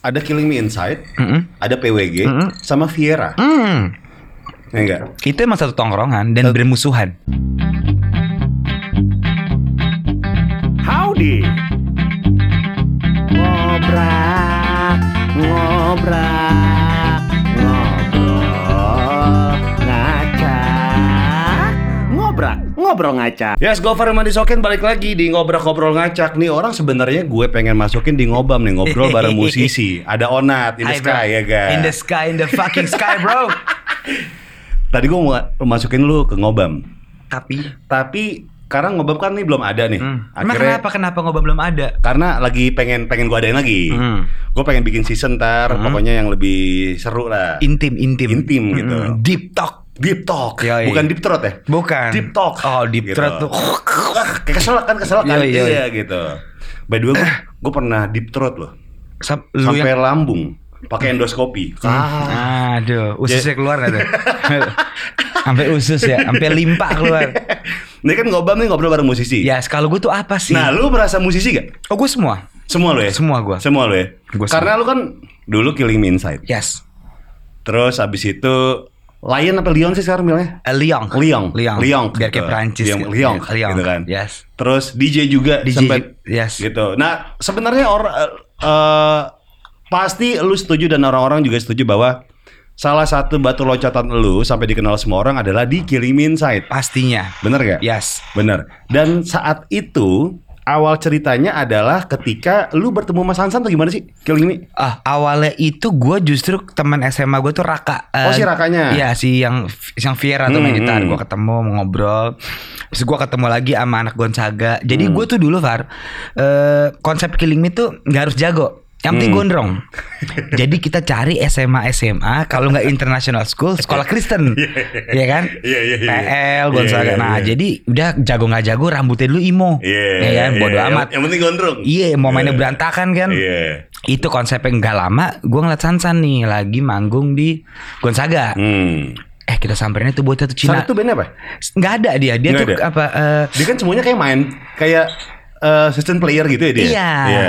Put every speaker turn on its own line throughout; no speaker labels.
ada Killing Me Inside,
Mm-mm.
ada PWG,
Mm-mm.
sama Viera.
Hmm.
Ya enggak?
Itu emang satu tongkrongan
Eh.
dan bermusuhan.
Howdy. Ngobrak, ngobrak, ngobrol, ngacak, ngobrak, ngobrol ngacak.
Yes, Gofar Irman Disokin balik lagi di ngobrol-ngobrol ngacak nih orang sebenarnya gue pengen masukin di ngobam nih ngobrol bareng musisi. Ada Onat in the
Hi, bro.
sky ya
In the
guys.
sky, in the fucking sky, bro.
Tadi gue mau masukin lu ke ngobam,
Tapi,
tapi sekarang ngobam kan nih belum ada nih.
hmm. emang
Akhirnya
kenapa kenapa ngobrol belum ada?
karena lagi pengen pengen gue adain lagi.
Hmm.
Gue pengen bikin season ntar, pokoknya yang lebih seru lah.
Intim, intim,
Intim gitu.
Mm-mm. Deep talk.
deep talk,
Yoi.
bukan deep throat ya?
Bukan.
Deep talk.
Oh, deep throat tuh.
Ah, kayak keselak kan keselak kan.
Yoi, yoi.
Iya gitu. By the way, gue, gue pernah deep throat loh.
Sam- lu
sampai
yang- Ah.
lambung pakai endoskopi.
Aduh, ususnya keluar nggak tuh? sampai usus ya, sampai limpa keluar.
Ini kan ngobam nih ngobrol bareng musisi.
Ya, kalau gue tuh apa sih?
Nah, lu merasa musisi gak?
oh, gue semua.
Semua lu ya?
Semua gua.
Semua lu ya?
Gua
Karena lu kan dulu Killing Me Inside.
Yes.
Terus abis itu Lion apa Lion sih sekarang bilangnya?
Eh, Liang.
Liang.
Liang.
Liang.
Biar kayak
gitu.
Perancis.
Liang,
gitu.
Liang,
Liang.
gitu kan.
Yes.
Terus DJ juga
DJ,
sempet
yes.
gitu. Nah, sebenarnya orang eh, eh, pasti lu setuju dan orang-orang juga setuju bahwa salah satu batu loncatan lu sampai dikenal semua orang adalah di Killing Me Inside.
Pastinya.
Bener gak?
Yes.
Bener. Dan saat itu awal ceritanya adalah ketika lu bertemu Mas Hansan atau gimana sih? Killing ini.
Ah, awalnya itu gue justru teman SMA gue tuh Raka.
Oh,
eh,
si Rakanya.
Iya si yang yang Viera tuh main
Hmm,
gitar.
hmm.
Gue ketemu ngobrol. Terus gue ketemu lagi sama anak Gonzaga. Jadi
Hmm.
gue tuh dulu Far eh, konsep killing me tuh nggak harus jago. Yang
Hmm.
penting gondrong. Jadi kita cari SMA SMA kalau nggak international school sekolah Kristen, Iya kan?
Iya, iya, iya.
PL Gonzaga.
Iya, iya,
Nah
iya.
jadi udah jago nggak jago rambutnya dulu imo. Iya kan? Bodoh amat.
Yang penting gondrong.
Iya, mau mainnya berantakan kan?
Iya.
itu konsepnya nggak lama gue ngeliat Sansan nih lagi manggung di Gonzaga
Hmm.
eh kita samperin itu bocah tuh Cina
Saat itu bandnya apa?
nggak ada dia dia
Nggak
tuh
ada?
apa eh,
Dia kan semuanya kayak main, kayak eh, assistant player gitu ya dia.
iya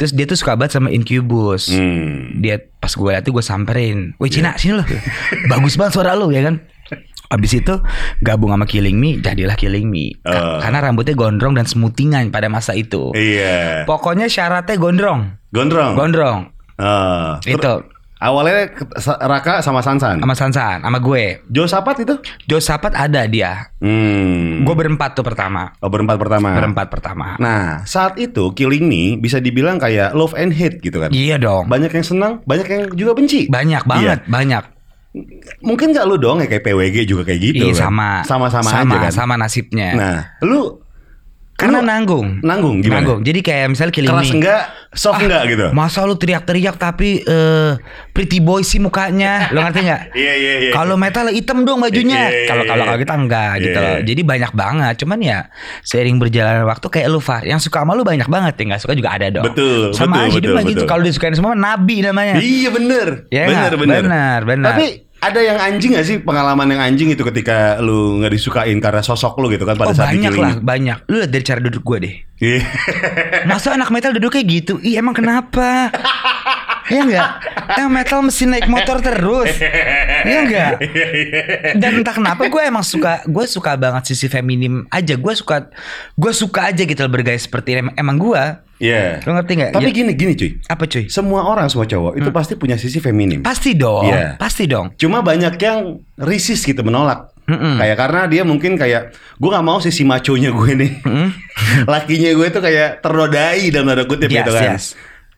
terus dia tuh suka banget sama Incubus
Hmm. Iya.
dia pas gue liat tuh gue samperin woi Cina sini loh bagus banget suara lo ya kan Abis itu gabung sama Killing Me jadilah Killing Me Ka-
Eh.
karena rambutnya gondrong dan semutingan pada masa itu
Iya. Oh.
pokoknya syaratnya gondrong
Gondrong.
gondrong
Eh, ter-
itu
Awalnya ke- sa- Raka sama Sansan.
sama Sansan sama gue
Josapat itu?
Josapat ada dia
Hmm.
Gue berempat tuh pertama.
Oh, berempat pertama.
Berempat pertama.
Nah, saat itu Killing Me bisa dibilang kayak love and hate gitu kan.
Iya dong.
Banyak yang senang, banyak yang juga benci. Iya.
Banyak banget, banyak.
Mungkin nggak lu dong ya kayak PWG juga kayak gitu
Iya
kan.
sama.
Sama-sama
sama,
aja kan.
Sama nasibnya.
Nah, lu
Karena
lu
nanggung.
nanggung gimana?
Nanggung. Jadi kayak misalnya killing
Keras
me. Ah.
enggak, soft enggak gitu.
Masa lu teriak-teriak tapi eh, pretty boy sih mukanya. Lo ngerti nggak?
Iya, iya, iya.
Kalau metal hitam dong
Iya,
bajunya.
iya,
Kalau kalau
iya.
kalau kita enggak
Iya,
gitu loh.
iya.
Jadi banyak banget. Cuman ya seiring berjalannya waktu kayak lu Far, yang suka sama lu banyak banget, yang enggak suka juga ada dong.
Betul, betul,
Sama aja
betul,
hidup lagi
betul.
gitu. Kalau disukain semua nabi namanya.
Iya bener.
Iya
bener,
nggak?
bener.
Benar, benar.
Tapi ada yang anjing gak sih pengalaman yang anjing itu ketika lu nggak disukain karena sosok lu gitu kan pada
oh
saat di
banyak
Killing
lah,
Me?
banyak. Lu lihat dari cara duduk gue deh.
Iya.
Masa anak metal duduknya gitu? Ih emang kenapa? Iya enggak? Yang metal mesti naik motor terus. Iya enggak? Dan entah kenapa gue emang suka gue suka banget sisi feminim aja. Gue suka gue suka aja gitu loh bergaya seperti ini. Em- emang gue.
Iya.
Lo ngerti enggak?
Tapi gini gini cuy.
apa cuy?
Semua orang semua cowok itu pasti punya sisi feminim.
Pasti dong.
Iya.
Pasti dong.
Cuma banyak yang resist gitu menolak.
Mm-mm.
Kayak karena dia mungkin kayak gue nggak mau sisi maconya gue nih. Lakinya gue tuh kayak ternodai dalam tanda kutip
Yes,
gitu kan.
yes.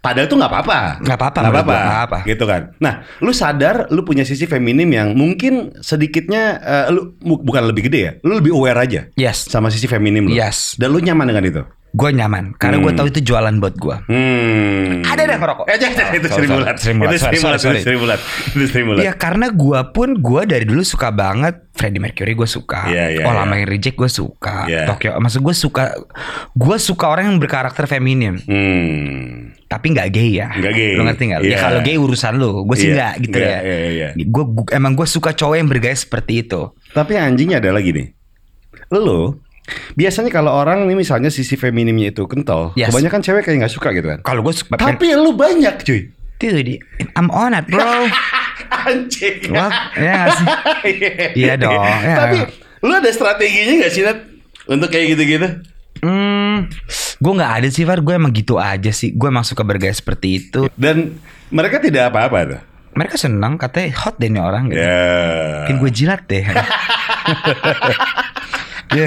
Padahal tuh nggak apa-apa.
Nggak apa-apa,
Nggak
menurut
apa-apa.
gue, nggak apa-apa.
Gitu kan. Nah, lu sadar lu punya sisi feminim yang mungkin sedikitnya eh, lu bu- bukan lebih gede ya. Lu lebih aware aja
Yes.
sama sisi feminim lu.
Yes.
Dan lu nyaman dengan itu.
Gue nyaman karena gue tahu itu jualan buat gue.
Hmm.
Ada dah ngerokok.
Eh, jangan, jangan. itu
Sorry,
Sri
sorry.
Mulat.
Sri Mulat,
Itu
sorry,
Sri Mulat,
sorry,
itu Sri Mulat. Itu Sri Mulat.
Iya karena gua pun gua dari dulu suka banget Freddie Mercury gue suka.
Iya, iya,
oh lama
iya.
yang reject gue suka.
Iya.
Tokyo maksud gue suka gue suka orang yang berkarakter feminim
Hmm.
tapi nggak gay ya.
Nggak gay.
Lu ngerti nggak?
Iya.
Ya kalau gay urusan lu. Gue
Iya,
sih nggak gitu
iya,
ya.
iya, iya.
Gue emang gue suka cowok yang bergaya seperti itu.
Tapi anjingnya adalah gini. Lo biasanya kalau orang nih misalnya sisi feminimnya itu kental,
Yes.
kebanyakan cewek kayak nggak suka gitu kan.
Kalau gue suka
Tapi lu banyak cuy.
Dude, I'm on it, bro.
Anjing.
Wah, ya nggak sih? Iya dong, ya.
Tapi lu ada strateginya gak sih Nat? Untuk kayak gitu-gitu?
Hmm, gue nggak ada sih, Far. Gue emang gitu aja sih. Gue emang suka bergaya seperti itu.
Dan mereka tidak apa-apa tuh.
Mereka senang, katanya hot deh nih orang. Gitu.
Ya.
Mungkin gue jilat deh. Ya,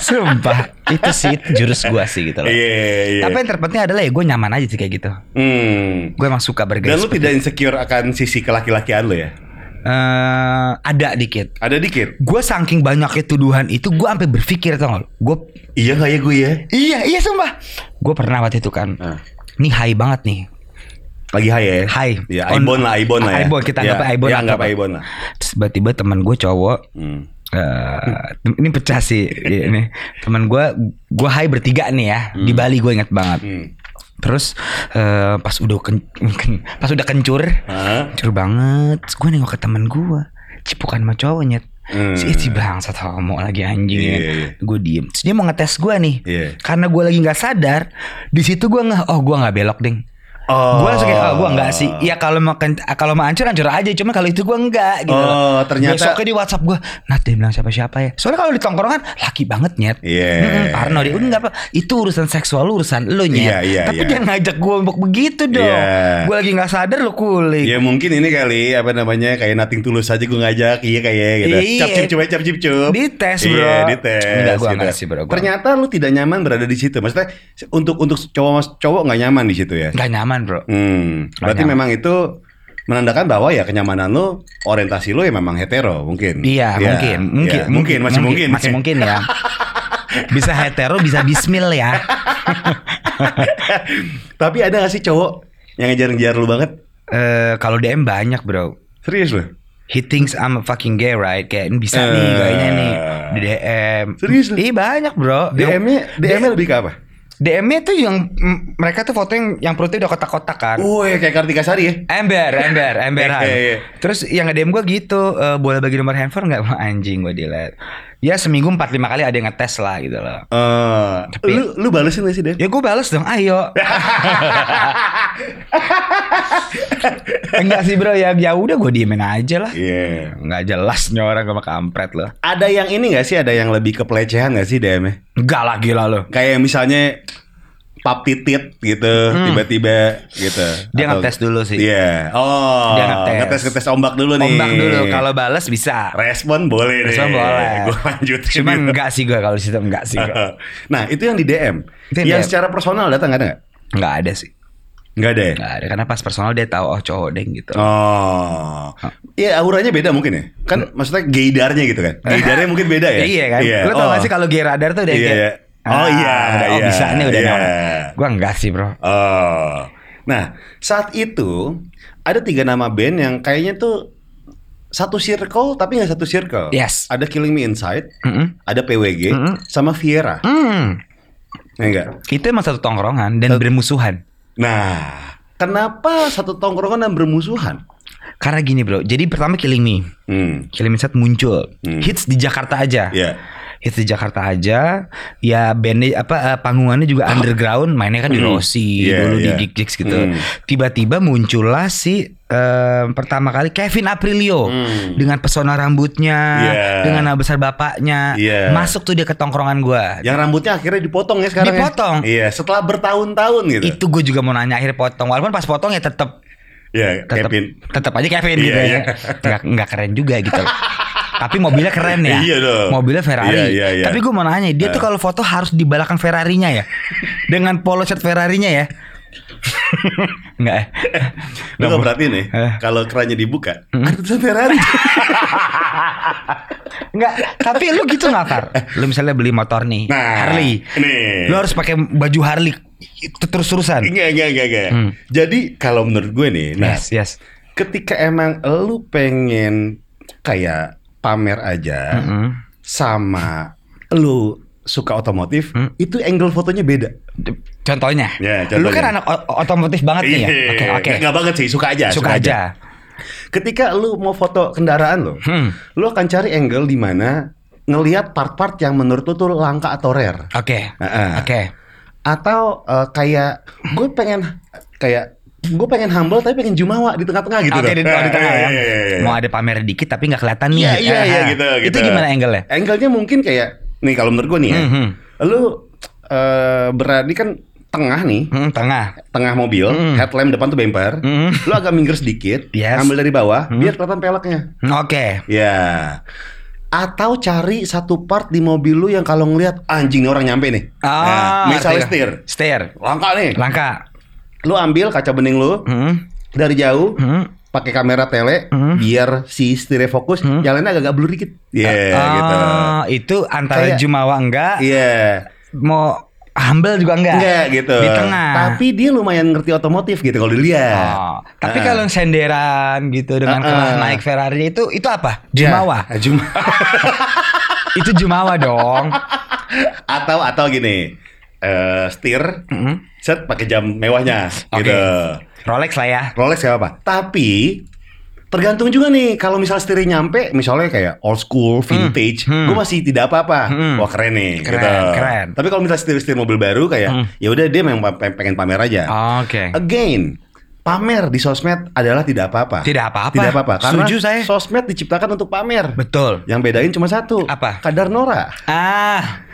sumpah itu sih itu jurus gue sih gitu loh.
Iya, iya.
Tapi yang terpenting adalah ya gue nyaman aja sih kayak gitu.
Hmm.
Gue emang suka
Dan
bergaya.
lu
seperti-
tidak insecure akan sisi kelaki-lakian lu ya?
Eh, ada dikit.
Ada dikit.
Gue saking banyaknya tuduhan itu gue sampai berpikir tau Gue
Iya gak ya gue ya?
Iya, iya sumpah. Gue pernah waktu itu kan.
Ah.
Nih high banget nih.
Lagi high ya?
High.
Ya,
On-
Ibon lah, Ibon lah ya.
Ibon, kita
Ya,
anggap Ibon
Ya,
atau
anggap
apa.
Ibon lah.
Terus tiba-tiba teman gue cowok
Hmm.
eh, ini pecah sih iya, ini teman gue gue high bertiga nih ya di Bali gue ingat banget
Hmm.
terus eh, pas udah ken- ken- pas udah kencur
Hah?
kencur banget gue nengok ke teman gue cipukan sama cowoknya
Hmm.
si si bangsat homo lagi anjing
Iya,
ya.
iya, iya.
gue diem terus dia mau ngetes gue nih
Iya.
karena gue lagi nggak sadar di situ gue nggak oh gue nggak belok ding
Oh.
Gue langsung kayak, oh, gue enggak sih. Ya kalau makan kalau mau hancur hancur aja, cuma kalau itu gue enggak gitu.
Oh, ternyata-
Besoknya di WhatsApp gue, Nat dia bilang siapa-siapa ya. Soalnya kalau di tongkrongan laki banget nyet.
Iya.
Mm-mm, Parno dia udah enggak apa. Itu urusan seksual lu, urusan lu nyet.
Iya, iya,
Tapi
iya.
jangan ngajak gue untuk begitu dong.
Iya.
Gue lagi enggak sadar lu kulik.
Ya mungkin ini kali apa namanya kayak nating tulus aja gue ngajak iya kayak gitu.
Iya.
Cap cip cup cap cip cup.
Dites, bro.
Iya, dites.
Enggak, gua enggak sih, bro. Gua
Ternyata lu tidak nyaman berada di situ. Maksudnya untuk untuk cowok cowok nggak nyaman di situ ya.
Enggak nyaman bro.
Hmm.
Nggak
Berarti
nyaman.
memang itu menandakan bahwa ya kenyamanan lu orientasi lu ya memang hetero mungkin.
Iya
Ya, ya,
mungkin, mungkin,
mungkin, masih mungkin,
masih mungkin ya. Bisa hetero, bisa bismil ya.
Tapi ada gak sih cowok yang ngejar-ngejar lu banget?
Eh kalau DM banyak bro.
Serius lu?
He thinks I'm a fucking gay, right? Kayak ini bisa
Eh.
nih kayaknya nih di DM.
Serius lu?
Iya banyak bro.
DM-nya DM-nya lebih ke apa?
DM-nya tuh yang mm, mereka tuh foto yang yang perutnya udah kotak-kotak kan.
Woi, kayak Kartika Sari ya.
Ember, ember, emberan.
Iya, iya.
Terus yang nge-DM gue gitu, eh, boleh bagi nomor handphone nggak? Wah, Anjing gue delete. Ya seminggu 4-5 kali ada yang ngetes lah gitu loh.
Eh, lu lu balesin gak sih, Den?
Ya gue balas dong, ayo. Enggak sih bro, ya ya udah gue diemin aja lah.
Iya.
Nggak jelas nih orang sama kampret loh.
Ada yang ini gak sih? Ada yang lebih ke pelecehan gak sih DM-nya?
Enggak lah gila lo.
Kayak misalnya pap titit gitu tiba-tiba gitu.
Hmm. Dia ngetes dulu sih.
Iya. Oh.
Dia ngetes.
ngetes ngetes ombak dulu nih.
Ombak dulu, kalau balas bisa.
respon boleh deh.
Respon boleh.
Gue lanjutin.
Cuman
dulu.
enggak sih gue kalau di situ enggak sih gue.
nah, itu yang di DM.
Itu yang
yang
DM.
secara personal datang ada nggak?
Enggak ada sih.
Nggak ada. ya?
Enggak ada karena pas personal dia tahu oh cowok deh gitu.
Oh, iya auranya beda mungkin ya. Kan maksudnya gaydarnya gitu kan. Gaydarnya mungkin beda ya.
Iya kan? Lo tau gak sih kalau gay radar tuh udah
Iya,
kayak
iya. Oh, iya,
udah, Oh
iya,
bisa nih udah
iya.
Gue enggak sih bro
Oh. Nah, saat itu ada tiga nama band yang kayaknya tuh satu circle tapi nggak satu circle.
Yes. Mm-hmm.
Ada Killing Me Inside,
Mm-mm.
ada PWG,
Mm-mm.
sama Viera.
Hmm.
Ya enggak?
Itu emang satu tongkrongan dan bermusuhan
Nah, kenapa satu tongkrongan dan bermusuhan?
Karena gini bro Jadi pertama Killing Me
Hmm.
Killing Me Set muncul
Hmm.
Hits di Jakarta aja
Iya.
Hits Ya, di Jakarta aja Ya bandnya apa eh, Panggungannya juga underground Mainnya kan di
Oh. Hmm.
Rossi
Iya,
Dulu
iya.
di gigs-gigs gitu
Hmm.
Tiba-tiba muncullah si eh, Pertama kali Kevin Aprilio
Hmm.
Dengan pesona rambutnya
Iya.
Dengan nama besar bapaknya
Iya.
Masuk tuh dia ke tongkrongan gua
Yang rambutnya akhirnya dipotong ya sekarang. ya?
Dipotong.
Iya, setelah bertahun-tahun gitu.
Itu gue juga mau nanya akhirnya potong Walaupun pas potong ya tetep
Iya,
tetap
Kevin.
tetap aja Kevin
Iya,
gitu
iya.
ya. Nggak, nggak keren juga gitu loh. Tapi mobilnya keren ya.
Iya dong.
Mobilnya Ferrari.
Iya, iya, iya.
Tapi gue mau nanya, dia tuh kalau foto harus di belakang Ferrarinya ya. Dengan polo shirt Ferrarinya ya. Enggak ya.
Lu gak perhatiin nih,
Eh.
kalau kerannya dibuka, ada tulisan Ferrari.
Enggak, tapi lu gitu nggak Far? Lu misalnya beli motor nih,
Nah, Iya.
Harley.
nih.
Lu harus pakai baju Harley terus-terusan.
Enggak, enggak, enggak, enggak.
Hmm.
Jadi kalau menurut gue nih, nah,
Yes, yes.
ketika emang lu pengen kayak pamer aja
Mm-mm.
sama lu suka otomotif,
Mm.
itu angle fotonya beda.
D- Contohnya,
Ya,
lu
contohnya.
kan anak o- otomotif banget nih ya. Oke, oke.
Enggak Iya. banget sih, suka aja,
Suka aja.
Ketika lu mau foto kendaraan lo,
Hmm.
lu akan cari angle di mana ngelihat part-part yang menurut lu tuh langka atau rare.
Oke.
Heeh.
Oke.
atau eh, kayak gue pengen kayak gue pengen humble tapi pengen jumawa di tengah-tengah gitu.
Oke
loh.
di, oh, di tengah ya.
Iya, iya, iya, iya.
Mau ada pamer dikit tapi nggak kelihatan nih.
Iya iya
Ah,
iya
ah.
gitu gitu.
Itu gimana angle-nya?
Angle-nya mungkin kayak nih kalau menurut gue nih ya.
Mhm.
Lu eh, berani kan tengah nih,
Hmm, tengah.
tengah mobil,
Mhm.
headlamp depan tuh bumper.
Mhm.
Lu agak minggir sedikit,
Yes.
ambil dari bawah biar kelihatan peleknya.
Hmm, Oke.
Ya. Atau cari satu part di mobil lu yang kalau ngelihat anjing nih orang nyampe nih.
Ah,
Nah, misalnya
ngerti.
setir.
Stair.
Langka nih.
Langka.
Lu ambil kaca bening lu
Hmm.
dari jauh.
Hmm.
pakai kamera tele
Hmm.
biar si setirnya fokus jalannya agak-agak blur dikit. Iya
Ah,
gitu.
Itu antara
Kayak-
jumawa enggak,
Iya.
mau humble juga enggak.
Enggak gitu.
Ya. Di tengah.
Tapi dia lumayan ngerti otomotif gitu kalau dilihat.
Oh, tapi
Ah.
kalau yang senderan gitu dengan
Ah,
kelas
ah.
naik Ferrari itu itu apa?
Ya,
Jumawa.
Jumawa.
itu jumawa dong.
atau atau gini. eh setir
Mm-mm.
set pakai jam mewahnya
Hmm. Oke.
gitu.
Mhm. Rolex lah ya.
Rolex gak apa-apa. Tapi tergantung juga nih kalau misal setirnya nyampe misalnya kayak old school vintage
hmm.
gue masih tidak apa-apa
Hmm.
wah keren nih
Keren,
gitu
keren.
tapi kalau misal setir setir mobil baru kayak
Hmm. Ah,
ya udah dia memang pe- pengen pamer aja
Oke.
Again, pamer di sosmed adalah tidak apa-apa.
Tidak apa-apa.
Tidak apa-apa. Karena
Setuju saya.
sosmed diciptakan untuk pamer.
Betul.
Yang bedain cuma satu.
Apa?
Kadar Nora.
Ah.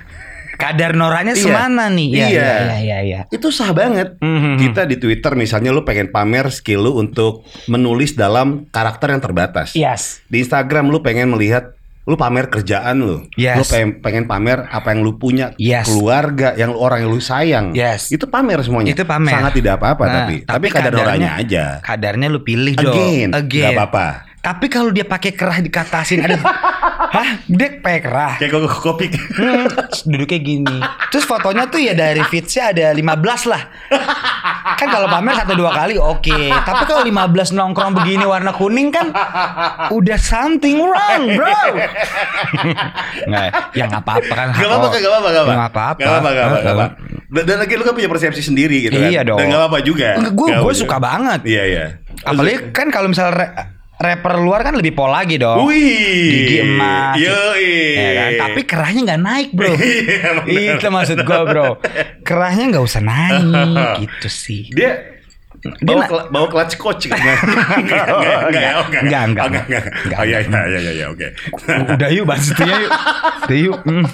Kadar noranya
Iya.
semana nih? Iya,
Iya.
iya, iya, iya, iya.
Itu sah banget.
Mhm.
Kita di Twitter misalnya lu pengen pamer skill lu untuk menulis dalam karakter yang terbatas.
Yes.
Di Instagram lu pengen melihat lu pamer kerjaan lu.
Yes.
Lu pengen, pengen pamer apa yang lu punya,
Yes.
keluarga, yang lu- orang yang lu sayang.
Yes.
Itu pamer semuanya.
Itu pamer.
Sangat tidak apa-apa
Nah,
tapi.
tapi
Tapi kadar
kadarnya-
noranya aja.
Kadarnya lu pilih dong.
Again, nggak apa-apa.
Tapi kalau dia pakai kerah dikatasin, aduh. Hah? Dia pakai kerah.
Kayak kok kopi.
Hmm, terus duduknya gini. Terus fotonya tuh ya dari feedsnya ada 15 lah. Kan kalau pamer satu dua kali oke. Tapi kalau 15 nongkrong begini warna kuning kan udah something wrong bro. Nggak, ya nggak apa-apa kan.
Gak apa-apa,
Oh,
gak apa-apa, gak apa-apa.
nggak apa-apa.
Gak apa-apa, gak apa-apa, gak
Heeh.
apa-apa. Dan, dan lagi lu kan punya persepsi sendiri gitu kan.
Iya dong.
Dan gak apa-apa juga.
Enggak, gue
Nggak
gue
apa-apa.
suka banget.
Iya, iya. Iya.
Apalagi kan kalau misalnya ra- rapper luar kan lebih pol lagi dong.
Wih.
Gigi emas.
Yoi.
Ya kan? Tapi kerahnya nggak naik bro.
Iya, bener.
Itu maksud gue bro. Kerahnya nggak usah naik gitu sih.
dia bawa,
na-
kla- bawa clutch coach kan? Enggak, enggak, enggak, ya, oh, enggak, Oh,
Enggak, enggak,
enggak,
enggak.
enggak. Oh, iya, iya, iya, iya, iya, oke.
Udah yuk bahas itu yuk. Udah yuk. Hmm.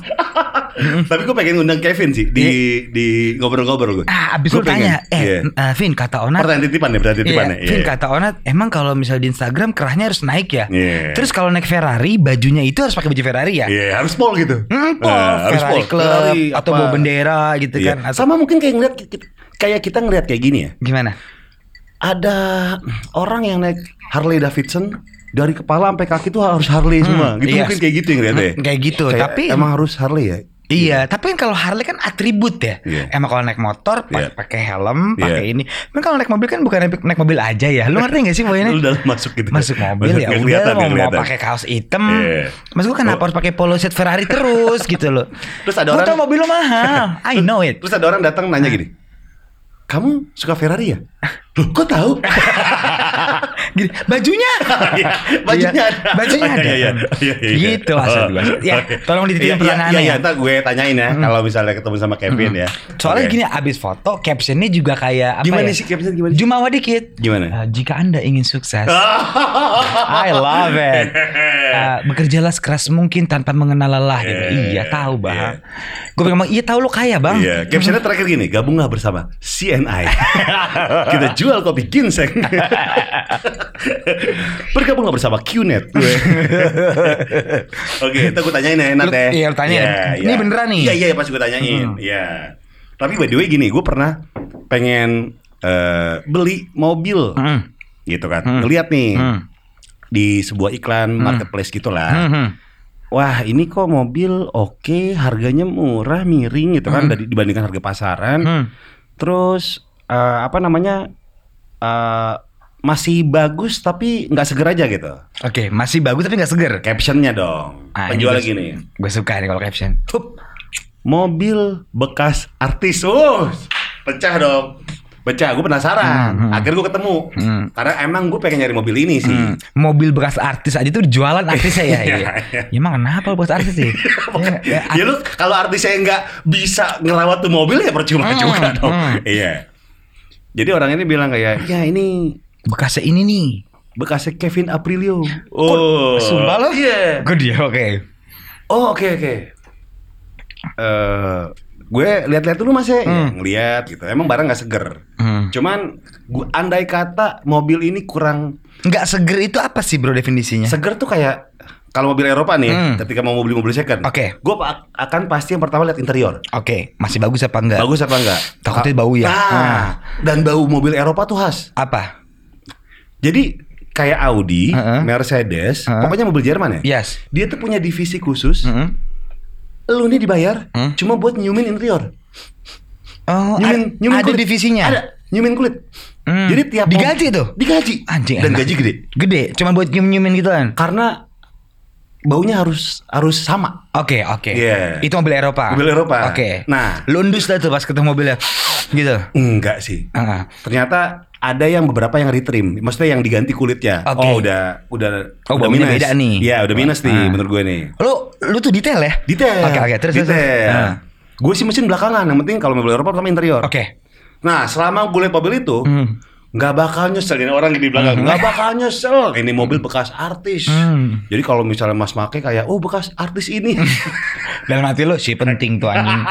Tapi gue pengen undang Kevin sih di di ngobrol-ngobrol gue.
Iya. Ah, abis
Gua
lu tanya,
pengen. Iya.
eh, eh, Vin kata Onat,
Pertanyaan titipan ya, pertanyaan titipan
Iya,
ya.
Vin
Iya.
kata Onat, emang kalau misal di Instagram kerahnya harus naik ya?
Iya.
Terus kalau naik Ferrari, bajunya itu harus pakai baju Ferrari ya?
Iya, harus pol gitu.
Hmm, Pol,
Eh, harus
Ferrari
pol.
Club,
Ferrari,
atau
apa.
bawa bendera gitu
Iya.
kan? Atau-
Sama mungkin kayak ngeliat kayak kita ngeliat kayak gini ya.
Gimana?
Ada orang yang naik Harley Davidson dari kepala sampai kaki tuh harus Harley semua. Gitu
iya.
mungkin kayak gitu yang ngeliatnya. ya.
Hmm, kayak gitu, tapi-
emang harus Harley ya.
Iya, tapi kan kalau Harley kan atribut ya.
Iya.
Emang kalau naik motor pa-
Iya.
pakai helm,
Iya.
pakai ini. Emang kalau naik mobil kan bukan naik naik mobil aja ya. Lu ngerti gak sih poinnya?
Lu dalam masuk gitu.
masuk mobil
Nggak
ya udah
kelihatan,
mau,
nggak
mau
kelihatan.
pakai kaos hitam
Iya.
Mas gue kenapa harus pakai polo shirt Ferrari terus gitu loh
Terus ada
Gua
orang-
tau mobil lo mahal I know it
Terus ada orang datang nanya gini. Kamu suka Ferrari ya? Loh, kok tahu?
Gini, bajunya
Iya, bajunya
Iya,
ada.
bajunya
Iya,
ada
iya, iya, iya, iya.
gitu maksud gua. ya
Oke.
tolong dititipin
Iya, iya,
pertanyaannya
iya,
ya
ntar gue tanyain ya kalau misalnya ketemu sama Kevin ya.
Soalnya
Oke.
gini abis foto captionnya juga kayak apa
Gimana
ya?
sih caption gimana?
Jumawa dikit.
Gimana?
Eh, jika anda ingin sukses. I love it. Eh, bekerjalah sekeras mungkin tanpa mengenal lelah gitu.
Iya,
iya tahu bang.
iya.
Gue bilang iya tahu lo kaya bang.
Iya, captionnya terakhir gini, gabunglah bersama CNI. Kita jual kopi ginseng. Bergabunglah bersama QNet. Gue. Oke, itu gue tanyain ya, Nat
Lu-
ya.
iya, lu tanyain. Ini beneran nih?
Iya, iya, pas gue tanyain. Iya. Tapi by the way gini, gue pernah pengen eh, beli mobil
Hmm.
gitu kan. Ngeliat nih
Hmm.
di sebuah iklan marketplace gitulah.
Hmm, hmm.
Wah ini kok mobil oke harganya murah miring gitu kan dari dibandingkan harga pasaran.
Hmm.
Terus eh, apa namanya eh, masih bagus tapi nggak seger aja gitu.
Oke masih bagus tapi nggak seger.
Captionnya dong.
Ah,
Penjual
ini
gini.
Gue suka nih kalau caption. Hup.
Mobil bekas artis. Oh pecah dong. Pecah. Gue penasaran.
Hmm,
Akhirnya gue ketemu. Karena emang gue pengen nyari mobil ini sih.
Hmm, Mobil bekas artis aja tuh jualan artisnya ya.
Iya,
Iya.
iya.
Ya emang kenapa lo bekas artis sih? Ya,
ya lu
Hmm,
kalau artisnya nggak bisa ngerawat tuh mobil ya percuma juga dong. Iya. Jadi orang ini bilang kayak, ya ini
Bekasnya ini nih.
bekasnya Kevin Aprilio. Oh,
Sumpah lo?
Iya.
Gue dia oke.
Oh, oke oke. Eh, gue lihat-lihat dulu mas ya, Ya,
Hmm.
ngeliat gitu. Emang barang nggak seger.
Hmm.
Cuman, gua, andai kata mobil ini kurang
Nggak seger itu apa sih bro definisinya?
seger tuh kayak kalau mobil Eropa nih,
Ya. Hmm.
ketika mau beli mobil second,
Oke.
gue akan pasti yang pertama lihat interior.
Oke, masih bagus apa enggak?
Bagus apa enggak?
Takutnya
Ah,
bau ya.
Nah,
Ah.
dan bau mobil Eropa tuh khas.
Apa?
Jadi kayak Audi,
Heeh.
Mercedes,
Heeh. Iya.
pokoknya mobil Jerman ya.
Yes.
Dia tuh punya divisi khusus.
Mm-mm.
Lu nih dibayar
Hmm.
cuma buat nyiumin interior.
Oh,
Nyumin,
ada,
nyumin
ada
kulit.
divisinya.
Ada, nyumin kulit.
Hmm.
Jadi tiap
Digaji tuh?
Digaji.
Anjing
Dan
enak.
gaji gede.
Gede, cuma buat nyium-nyumin gitu kan.
Karena baunya harus harus sama.
Oke, oke.
Iya.
Itu mobil Eropa.
Mobil Eropa.
Oke.
Nah.
lu undus lah tuh pas ketemu mobilnya. Gitu. Ah.
Enggak sih.
Heeh.
Ternyata ada yang beberapa yang retrim, maksudnya yang diganti kulitnya.
Oke.
Oh, udah udah
Oh,
udah
baunya beda nih.
Iya, udah minus nih
Ah.
menurut gue nih.
Lu lu tuh detail ya?
Detail.
Oke, oke, terus terus,
Detail.
terus. Heeh.
Gue sih mesin belakangan, yang penting kalau mobil Eropa pertama interior.
Oke.
Nah, selama gue liat mobil itu,
Hmm.
nggak bakal nyesel ini orang di belakang, nggak bakal nyesel. Ini mobil bekas artis.
Hmm.
Jadi kalau misalnya Mas make kayak, oh bekas artis ini,
Dalam hati lu sih penting tuh anjing.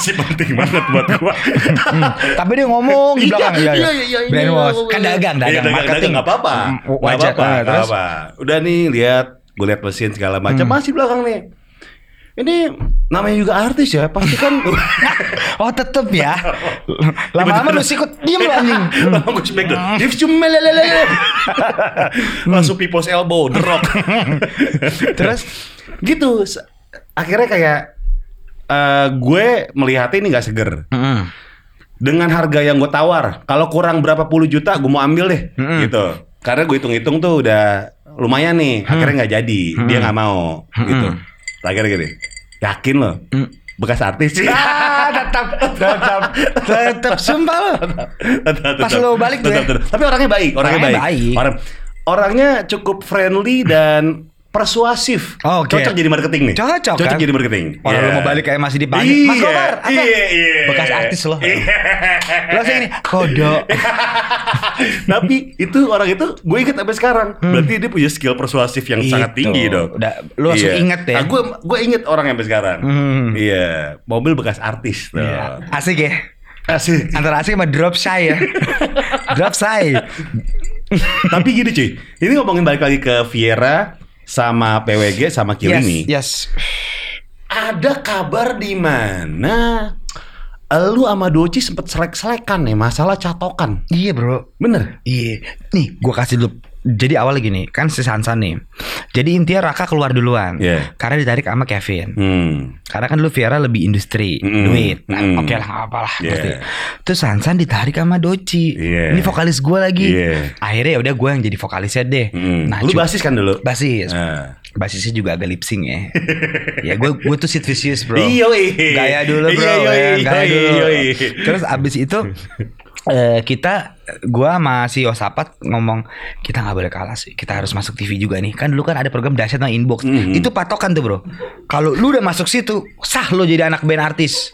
sih penting banget buat gua.
Hmm. Tapi dia ngomong di belakang
Iya, iya, iya, iya.
Brainwash. Kan dagang,
Iya,
dagang, marketing.
nggak apa-apa,
Hmm,
nggak
Wajar.
apa-apa,
Ah,
nggak
terus?
apa. Udah nih lihat, gue lihat mesin segala macam
Hmm.
masih belakang nih. Ini namanya juga artis ya, pasti kan.
Oh tetep ya Lama-lama lu sikut Diem lu anjing
Iya.
Hmm.
Lama gue smackdown. Dia cuma lelelele. Langsung people's elbow, the rock.
Terus?
gitu. s- Akhirnya kayak eh, gue melihatnya ini nggak seger.
Mm-mm.
Dengan harga yang gue tawar, kalau kurang berapa puluh juta gue mau ambil deh,
Mm-mm.
gitu. Karena gue hitung-hitung tuh udah lumayan nih.
Hmm.
Akhirnya nggak jadi, dia nggak mau, gitu. Akhirnya gini, yakin loh,
Mm.
bekas artis sih.
Ah tetep Tetep Tetep Sumpah lu Pas
Tetap,
lo balik tuh
tetap,
ya.
tetap. Tapi orangnya baik, orangnya,
Orangnya
baik.
baik.
Orang orangnya cukup friendly dan persuasif.
Oh, oke.
Cocok jadi marketing nih.
Cocok,
Cocok
kan?
jadi marketing.
Orang
Iya.
lu mau balik kayak masih dipanggil, "Mas
Iya,
Gobar, apa?"
Iya, iya.
Bekas artis lo.
Iya.
Lo sih ini Kodok
Tapi itu orang itu gue inget sampai sekarang. Berarti dia punya skill persuasif yang sangat
Gitu.
tinggi dong.
Hmm. Udah, lu langsung inget ya.
Nah, gue gue inget orang sampai sekarang.
Hmm.
Iya, mobil bekas artis tuh.
Iya. Asik ya
Asik.
Antara asik sama drop shy ya Drop shy
Tapi gini cuy, ini ngomongin balik lagi ke Viera sama PWG sama
Yes
Kilini.
Yes
Ada kabar di mana lu sama Doci sempet selek-selekan nih masalah catokan.
Iya bro
Bener?
Iya. Nih, gua kasih dulu. Jadi awal gini, kan si Sansan nih. Jadi intinya Raka keluar duluan.
Iya.
Karena ditarik sama Kevin.
Hmm.
Karena kan lu Viera lebih industri,
Mm-mm.
duit. Nah,
Mm-mm.
Oke lah, nggak apalah.
Iya.
ngerti. Terus Sansan ditarik sama Doci.
Iya.
Ini vokalis gua lagi.
Iya.
Akhirnya ya udah gua yang jadi vokalisnya deh.
Hmm. lu
cu-
basis kan dulu?
basis.
Nah.
Basisnya juga agak lip sync ya. ya gue gue tuh Sid Vicious bro.
Yoi.
Gaya dulu bro.
Yoi,
ya,
yoi,
gaya dulu.
yoi.
Terus abis itu eh, kita gue sama si Yosapat ngomong kita nggak boleh kalah sih. Kita harus masuk TV juga nih. Kan dulu kan ada program dahsyat no inbox.
Mhm.
Itu patokan tuh bro. Kalau lu udah masuk situ sah lo jadi anak band artis.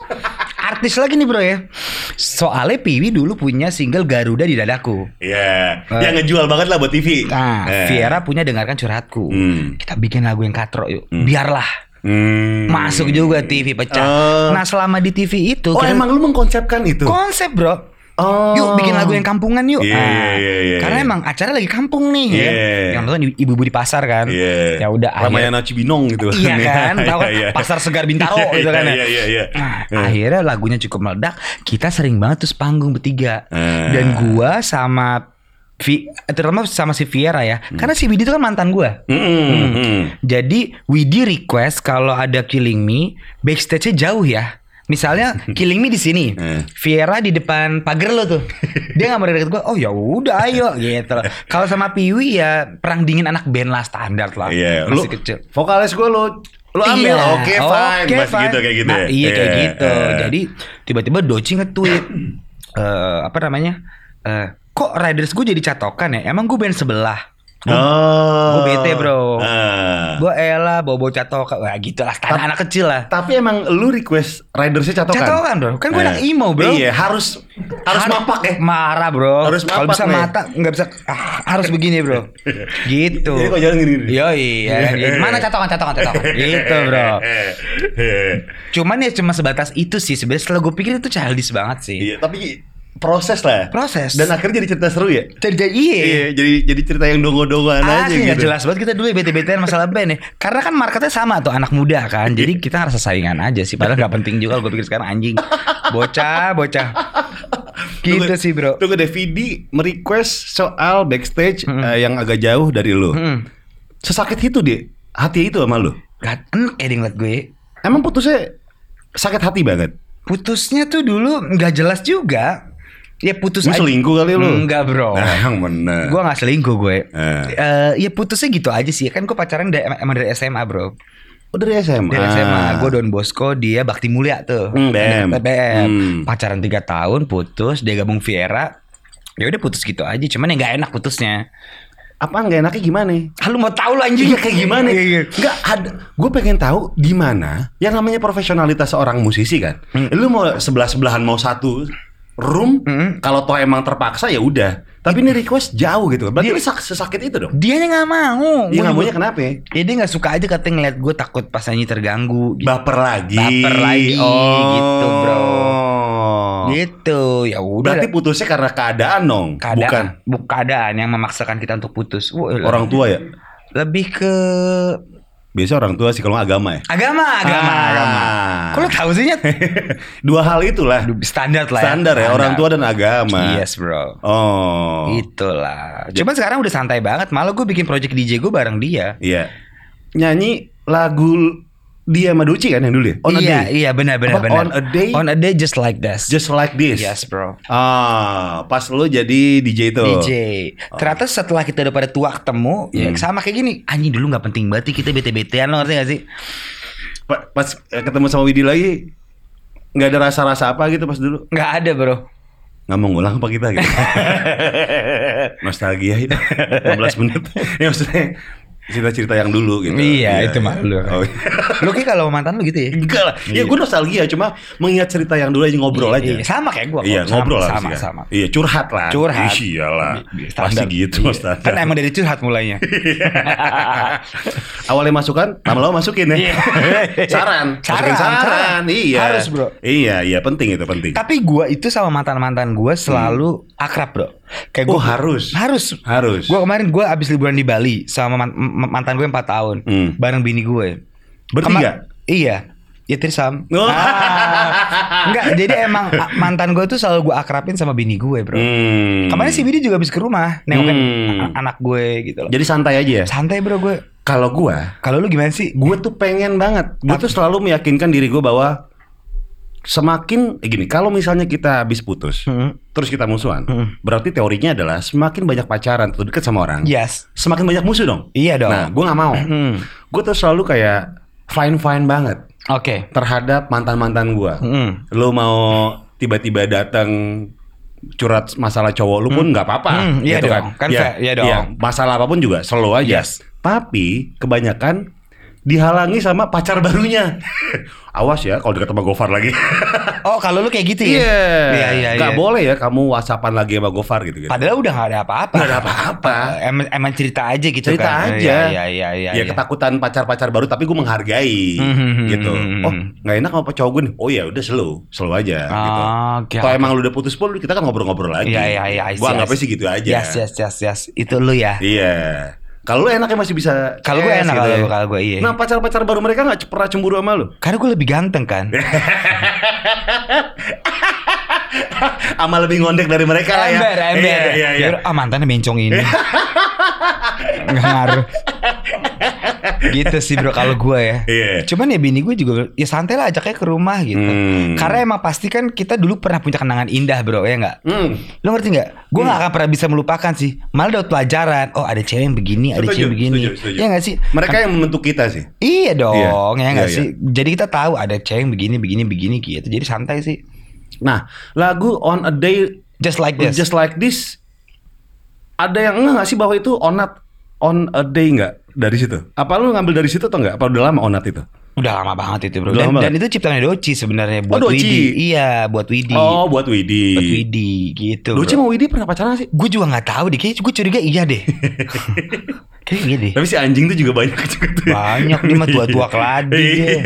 Artis lagi nih bro ya. Soalnya Piwi dulu punya single Garuda di dadaku.
Iya.
Eh.
Yang ngejual banget lah buat TV.
Nah,
Eh.
Viera punya dengarkan curhatku.
Hmm.
Kita bikin lagu yang katro yuk. Biarlah.
Hmm.
Masuk juga TV pecah.
Oh.
Nah, selama di TV itu
Oh
kita-
emang lu mengkonsepkan itu?
konsep, Bro.
Oh.
Yuk bikin lagu yang kampungan yuk.
Iya,
Nah,
iya, iya, iya,
karena
iya.
emang acara lagi kampung nih. ya kan?
Iya.
Yang nonton ibu-ibu di pasar kan.
Iya.
Ya udah akhirnya-
Ramayana Cibinong gitu.
Iya kan, tahu kan
Iya, iya.
pasar segar Bintaro
Iya,
gitu kan ya.
iya, iya, iya.
Nah, akhirnya lagunya cukup meledak, kita sering banget terus panggung bertiga.
Eh.
Dan gua sama Vi, terutama sama si Viera ya.
Hmm.
Karena si Widi itu kan mantan gua.
Mm-mm,
Hmm.
mm.
Jadi Widi request kalau ada Killing Me, backstage-nya jauh ya. Misalnya Killing Me di sini,
Eh.
Viera di depan pagar lo tuh. Dia nggak mau deket gua. Oh ya udah ayo gitu. loh. Kalau sama Piwi ya perang dingin anak band lah standar lah.
Iya, lu
Ah, Masih kecil.
vokalis gue lu lu ambil,
Iya,
oke fine,
oke,
masih
fine.
gitu kayak gitu.
Nah,
ya.
iya kayak
Iya,
gitu.
eh.
Jadi tiba-tiba Doci nge-tweet eh, apa namanya? Eh, kok Riders gue jadi catokan ya? Emang gue band sebelah.
Oh.
gua bete, bro.
Ah.
Gue elah bawa-bawa catokan Wah gitu lah Karena anak kecil lah
Tapi emang lu request ridersnya catokan?
Catokan, bro. Kan gua
Eh.
anak emo, bro.
Iya, harus harus
Har-
mapak ya.
Marah bro
Harus
Kalau
mapak ya?
bisa
nih.
mata Nggak bisa ah, Harus begini bro Gitu
Jadi kok jalan gini. gini?
Yo iya gitu. Mana catokan catokan catokan Gitu bro Cuman ya cuma sebatas itu sih sebenarnya setelah gue pikir itu childish banget sih
Iya, tapi proses lah.
Proses
Dan akhirnya jadi cerita seru ya.
Jadi iya
Iya, jadi jadi cerita yang dongo-dongoan
Ah,
aja
sih
gitu.
nggak jelas banget kita dulu ya bete-betean masalah band ya Karena kan marketnya sama tuh anak muda kan Jadi kita ngerasa saingan aja sih Padahal nggak penting juga gue pikir sekarang anjing Bocah, bocah Gitu
Tunggu-
sih bro
Tunggu deh, Vidi merequest soal backstage eh, yang agak jauh dari lu.
Hmm.
Sesakit itu dia, hati itu sama lu.
Gak enak ya dia ngeliat gue
Emang putusnya sakit hati banget.
Putusnya tuh dulu nggak jelas juga Ya putus
Lu selingkuh kali lu.
Enggak bro
Nah, yang bener.
Gue gak selingkuh gue
Eh.
Eh, Ya putusnya gitu aja sih Kan gue pacaran da- emang dari SMA bro
Oh, dari SMA.
Dari SMA Gue Don Bosco Dia Bakti Mulia tuh
Hmm, BM.
Deket BM.
Hmm.
Pacaran 3 tahun Putus Dia gabung Viera Ya udah putus gitu aja Cuman yang gak enak putusnya
Apaan nggak enaknya gimana?
Ah, lu mau tau lu anjing
Iya kayak gimana?
Iya, iya.
Enggak ada. Gue pengen tahu di mana yang namanya profesionalitas seorang musisi kan.
Hmm.
Lu mau sebelah sebelahan mau satu room,
Hmm.
kalau toh emang terpaksa ya udah. Tapi ini request jauh gitu. Berarti ini sak- sesakit itu dong.
Dia yang gak
Iya
mau Iya. Gua
nggak
juga-
maunya kenapa? ya?
Ya dia gak suka aja katanya ngeliat gue takut pas nyanyi terganggu gitu.
Baper lagi.
Baper lagi, gitu, bro.
Gitu.
Gitu ya udah.
Berarti putusnya karena keadaan dong, bukan
keadaan, bukan keadaan yang memaksakan kita untuk putus. Wah,
orang tua ya.
lebih ke
Biasa orang tua sih kalau nggak agama ya.
agama, agama,
Ah.
agama. Kok lo tahu sih Nyet?
Dua hal itulah.
Standar lah.
Standar ya orang tua dan agama.
Yes bro.
Oh.
Itulah. Cuman sekarang udah santai banget. Malah gue bikin project DJ gue bareng dia.
Iya. Nyanyi lagu dia sama Duci kan yang dulu ya? On a
iya,
day.
iya
Apa,
benar-benar benar.
On a day?
On a day just like this.
Just like this.
yes bro.
Ah, pas lu jadi DJ itu.
DJ.
Oh.
Ternyata setelah kita udah pada tua ketemu,
Hmm.
ya sama kayak gini. Anjing dulu nggak penting banget sih, kita bete-betean lo ngerti gak sih?
Pa- Pas eh, ketemu sama Widi lagi nggak ada rasa-rasa apa gitu pas dulu.
Nggak ada bro.
Ngomong ulang apa kita gitu. Nostalgia itu 15 menit. ya maksudnya cerita-cerita yang dulu gitu.
Iya, itu mah lu.
Oh, iya.
Lu kayak kalau mantan lu gitu ya?
Enggak lah. Ya gue nostalgia cuma mengingat cerita yang dulu aja ngobrol aja.
Iya, sama kayak gua. kok.
Iya
Sama,
ngobrol lah
sama,
pasti kan.
sama.
Iya curhat lah.
Curhat.
Iya lah.
Standar.
Pasti gitu
Iya.
standar. Iya.
Kan emang dari curhat mulainya.
Awalnya masukan, lama-lama masukin ya.
Iya.
saran, masukin
Saran,
saran.
saran.
Iya.
Harus, bro.
Iya, iya penting itu penting.
Tapi gua itu sama mantan-mantan gua selalu akrab, Bro. Kayak
Oh,
gua
harus.
Harus.
Harus.
Kan Gua kemarin gua abis liburan di Bali sama man- m- mantan gue 4 tahun
Hmm.
bareng bini gue.
Bertiga?
Kema- iya. Ya Trisam.
Oh.
Ah. Enggak, jadi emang a- mantan gue tuh selalu gua akrabin sama bini gue, Bro.
Hmm.
Kemarin si Bini juga habis ke rumah nengokin
Hmm.
a- anak gue gitu loh.
Jadi santai aja ya.
Santai bro gue.
Kalau gua,
Kalau lu gimana sih?
gue tuh pengen banget. Gue tuh selalu meyakinkan diri gue bahwa semakin eh gini, kalau misalnya kita habis putus,
Hmm.
terus kita musuhan,
Hmm.
berarti teorinya adalah semakin banyak pacaran atau deket sama orang,
Yes.
semakin banyak musuh dong.
Iya dong.
Nah, gue nggak mau.
Hmm.
Gue tuh selalu kayak fine fine banget
Oke.
terhadap mantan mantan gue.
Hmm.
Lo mau tiba-tiba datang curhat masalah cowok lu pun nggak apa-apa, gitu
Hmm, iya dong. Kan fair, iya dong.
masalah apapun juga slow aja.
Yes.
Tapi kebanyakan dihalangi sama pacar barunya. Awas ya kalau deket sama Gofar lagi.
Oh kalau lu kayak gitu ya? Iya iya
Nggak
iya.
boleh ya kamu whatsappan lagi sama Gofar gitu. -gitu.
Padahal udah gak ada apa-apa.
Nggak ada apa-apa.
Emang, emang cerita aja gitu
cerita
kan?
aja.
Iya iya iya. iya,
ya
iya.
ketakutan pacar-pacar baru tapi gue menghargai
Mhm.
gitu. Oh nggak enak sama cowok gue nih. Oh ya udah slow, slow aja gitu.
Oke.
Kalau emang lu udah putus pun kita kan ngobrol-ngobrol lagi.
Iya iya iya. I see,
Gue anggapnya
I see.
sih gitu aja.
Yes yes yes yes. Itu lu ya.
Iya. Kalau lu enaknya masih bisa.
Kalau gue
CS
enak
gitu ya.
kalau kalau gue iya.
Nah pacar-pacar baru mereka nggak pernah cemburu sama lu?
Karena gue lebih ganteng kan.
Sama lebih ngondek dari mereka lah ya.
Ember, ember.
Iya, iya, iya.
Yaudah, Ah mantannya bencong ini. Nggak ngaruh. gitu sih bro kalau gue ya.
Iya.
Cuman ya bini gue juga ya santai lah ajaknya ke rumah gitu.
Hmm.
Karena emang pasti kan kita dulu pernah punya kenangan indah bro ya nggak?
Hmm.
Lo ngerti nggak? Gue nggak akan pernah bisa melupakan sih. Malah dapat pelajaran. Oh ada cewek yang begini, ada
Setuju,
cewek begini.
setuju, setuju.
Iya nggak sih?
Mereka yang membentuk kita sih.
Iya dong,
Iya,
ya nggak
iya,
sih? Jadi kita tahu ada cewek yang begini, begini, begini gitu. Jadi santai sih.
Nah lagu on a day Oh,
Just like this.
Just like this. Ada yang enggak sih bahwa itu onat on a day nggak dari situ? Apa lu ngambil dari situ atau nggak? Apa udah lama onat itu?
Udah lama banget itu bro.
Udah
Dan,
lama
dan itu ciptaannya Doci sebenarnya buat
Doci.
Widi. Iya, buat Widi.
Oh, buat Widi.
Buat Widi gitu.
Doci
bro.
sama Widi pernah pacaran nggak sih?
Gue juga nggak tahu deh. Kayaknya gue curiga iya deh. Kayaknya iya deh.
Tapi si anjing tuh juga banyak juga tuh. ya.
Banyak nih mah tua-tua keladi
Iya.
dia.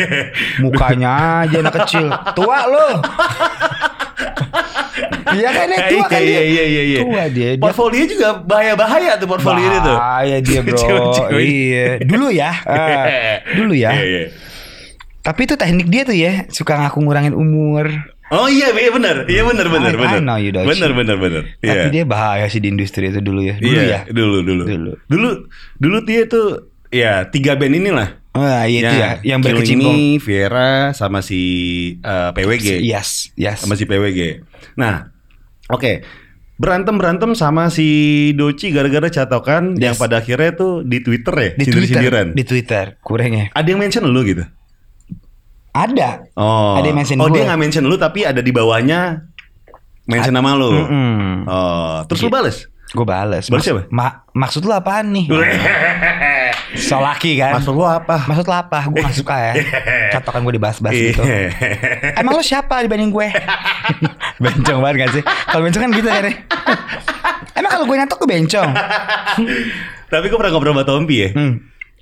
Mukanya aja anak kecil Tua lo Iya kan dia tua kan dia
Iya, iya, iya, iya.
Tua dia, dia
Portfolio juga bahaya-bahaya tuh portfolio itu tuh.
Bahaya dia bro
Cewek-cewek.
Iya Dulu ya eh, Dulu ya
Iya, iya.
Tapi itu teknik dia tuh ya Suka ngaku ngurangin umur
Oh iya, iya benar. Iya benar benar
I- I
benar.
know you, Doci.
Benar benar benar.
Tapi dia bahaya sih di industri itu dulu ya Dulu
Iya,
ya
dulu dulu.
Dulu.
Dulu dulu dia itu ya tiga band inilah.
Wah iya itu ya Yang
Killing
berkecimpung
Me, Viera sama si eh, PWG.
Yes Yes
Sama si PWG. Nah, oke. Berantem-berantem sama si Doci gara-gara catokan yang
Yes.
pada akhirnya tuh di Twitter ya,
Di
sindir-sindiran.
Twitter Di Twitter Kurangnya
Ada yang mention lu gitu.
Ada
Oh.
Ada yang mention
Oh,
gue.
dia nggak mention lu tapi ada di bawahnya mention nama lu.
Mm-mm. Iya.
Oh, terus lu bales?
Gue bales.
Bales siapa?
ma- maksud lu apaan nih? Soal laki kan?
Maksud lu apa?
Maksud lu apa? Gue gak suka ya. Catokan gue dibahas-bahas gitu.
Iya.
Emang lu siapa dibanding gue? bencong banget gak sih? Kalau bencong kan gitu ya. Re. Emang kalau gue nyatok gue bencong.
Tapi gue pernah ngobrol sama Tompi ya.
Hmm.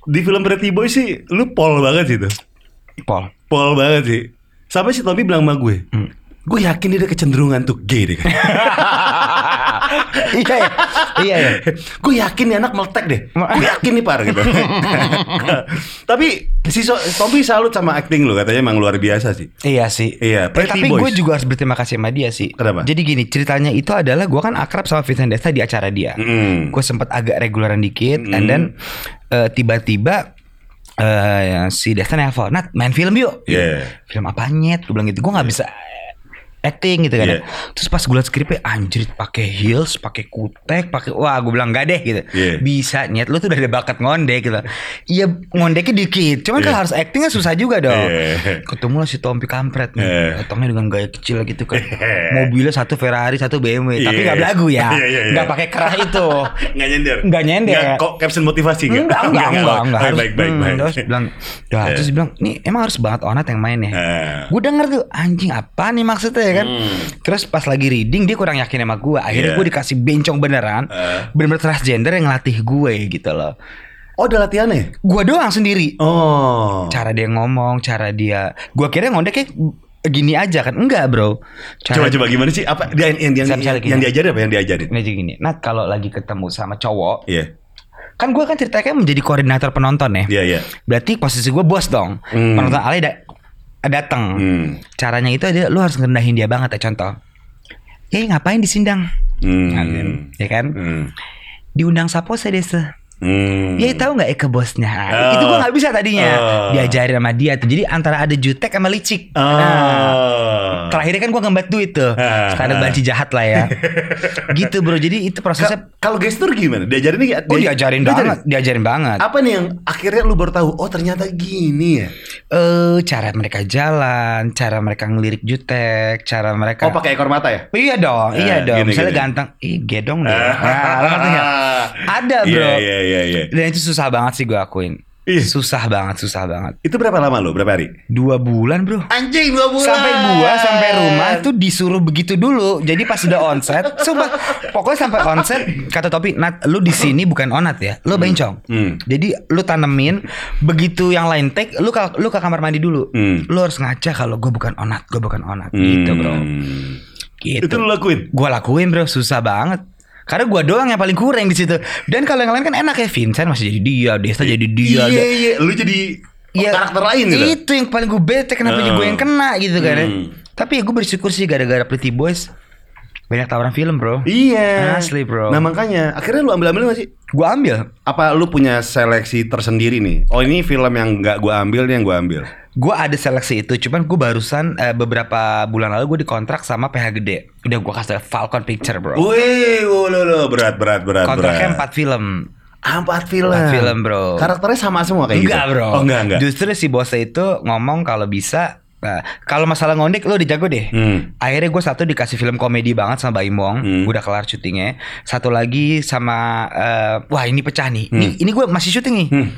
Di film Pretty Boy sih, lu pol banget sih tuh.
Pol.
Pol banget sih. Sampai si Tompi bilang sama gue,
Hmm.
gue yakin dia ada kecenderungan tuh gay deh. kan?"
iya ya. Iya ya.
gue yakin nih anak meletek deh.
Ma-
Gue yakin nih par gitu. Tapi si So- Tompi salut sama acting lu katanya emang luar biasa sih.
Iya sih.
Iya,
Eh,
Pretty
tapi gue
Boys.
juga harus berterima kasih sama dia sih.
Kenapa?
Jadi gini ceritanya itu adalah gue kan akrab sama Vincent Desta di acara dia.
Mm.
Gue sempat agak reguleran dikit, and then eh, tiba-tiba eh, si Desta nelfon, Nat main film yuk.
Iya.
Film apanya? Gue bilang gitu, gue nggak bisa acting gitu kan.
Iya.
Terus pas gue liat skripnya anjrit pakai heels, pakai kutek, pakai wah gue bilang gak deh gitu.
Iya.
Bisa nyet lu tuh udah ada bakat ngondek gitu. Iya ngondeknya dikit, cuman kalau harus actingnya susah juga dong.
Iya.
Ketemu lah si Tompi Kampret
Iya.
nih. Datangnya dengan gaya kecil gitu kan. Mobilnya satu Ferrari, satu BMW, tapi
Iya.
nggak belagu ya.
Iya, iya, iya.
Nggak pakai kerah itu.
Nggak nyender.
Nggak nyender.
kok caption motivasi nggak?
Enggak, enggak, enggak, enggak.
Baik,
Harus-
baik, baik,
hmm,
baik.
Terus bilang, dah, terus bilang, nih emang harus banget Onat yang main ya.
Eh. Hmm.
Gue denger tuh anjing apa nih maksudnya ya kan. Terus pas lagi reading dia kurang yakin sama gue.
Iya.
Akhirnya gue dikasih bencong beneran.
Eh.
Bener-bener transgender yang ngelatih gue gitu loh.
Oh, ada latihannya?
Gue doang sendiri.
Oh.
Cara dia ngomong, cara dia. Gue kira ngondek kayak gini aja kan. Enggak bro.
Coba
Cara
coba gimana sih? Apa dia yang yang, yang,
Misalnya gini.
yang diajarin apa yang diajarin?
Ini aja gini. Nah kalau lagi ketemu sama cowok.
Iya.
Kan gue kan ceritanya kan menjadi koordinator penonton ya.
Iya, iya.
Berarti posisi gue bos dong.
Hmm.
Penonton Ale da- datang.
Hmm.
Caranya itu ada lu harus ngerendahin dia banget ya contoh. Ya ngapain disindang?
Hmm.
Ya kan?
Hmm.
Diundang sapo saya desa.
Hmm.
Ya tahu nggak Eke bosnya? Nah,
Oh.
Itu gue nggak bisa tadinya.
Oh.
Diajarin sama dia tuh. Jadi antara ada jutek sama licik. Nah,
Ah.
terakhirnya kan gue ngembat duit tuh.
Ah.
Standar banci jahat lah ya. gitu bro. Jadi itu prosesnya.
Ka- Kalau gestur gimana? Diajarin nggak?
Oh
Dia-
diajarin banget, diajarin banget.
Apa nih yang akhirnya lu baru tahu? Oh ternyata gini ya.
Eh cara mereka jalan, cara mereka ngelirik jutek, cara
Oh
mereka
pakai ekor mata ya?
Iya dong,
Eh,
iya dong.
gini,
Misalnya
gini.
ganteng, ih gedong dong. Nah, lo ngerti nggak? Ada
Iya,
bro.
Iya iya iya.
Dan itu susah banget sih gue akuin.
Ih.
Susah banget, susah banget.
Itu berapa lama lo? Berapa hari?
Dua bulan bro.
Anjing dua bulan.
Sampai gua sampai rumah tuh disuruh begitu dulu. Jadi pas udah onset, sumpah pokoknya sampai onset kata Topi, "Nat, lu di sini bukan onat ya. Lu bencong."
Hmm.
Jadi lu tanemin begitu yang lain take, lu ke, lu ke kamar mandi dulu.
Hmm.
Lu harus ngaca kalau gue bukan onat, gue bukan onat
Hmm.
gitu, Bro. Gitu.
Itu lu lakuin.
Gue lakuin bro susah banget karena gue doang yang paling kurang di situ dan kalau yang lain kan enak ya Vincent masih jadi dia Desta jadi
Iya
dia ada- Iya.
iya. Lu jadi karakter lain gitu.
itu yang paling gue bete kenapa
Heeh.
gue yang kena gitu kan ya.
Hmm.
tapi ya gue bersyukur sih gara-gara Pretty Boys banyak tawaran film bro
Iya.
Asli, bro.
Nah makanya akhirnya lu ambil ambil gak sih?
gue ambil
Apa lu punya seleksi tersendiri nih? Oh ini film yang nggak gua ambil nih yang gua ambil.
gue ada seleksi itu cuman gue barusan eh, beberapa bulan lalu gue dikontrak sama PH Gede udah gue kasih Falcon Picture bro
Wih, lo lo berat berat berat.
kontraknya
berat.
empat film
Ah, empat film.
Empat film, bro.
Karakternya sama semua kayak
enggak
gitu.
bro
Oh enggak enggak.
Justru si bosnya itu ngomong kalau bisa Nah, kalau masalah ngondek lo dijago deh.
Hmm.
Akhirnya gue satu dikasih film komedi banget sama Mbak Imong,
Hmm.
udah kelar syutingnya. Satu lagi sama eh, wah ini pecah nih. Ini ini gue masih syuting nih.
Hmm.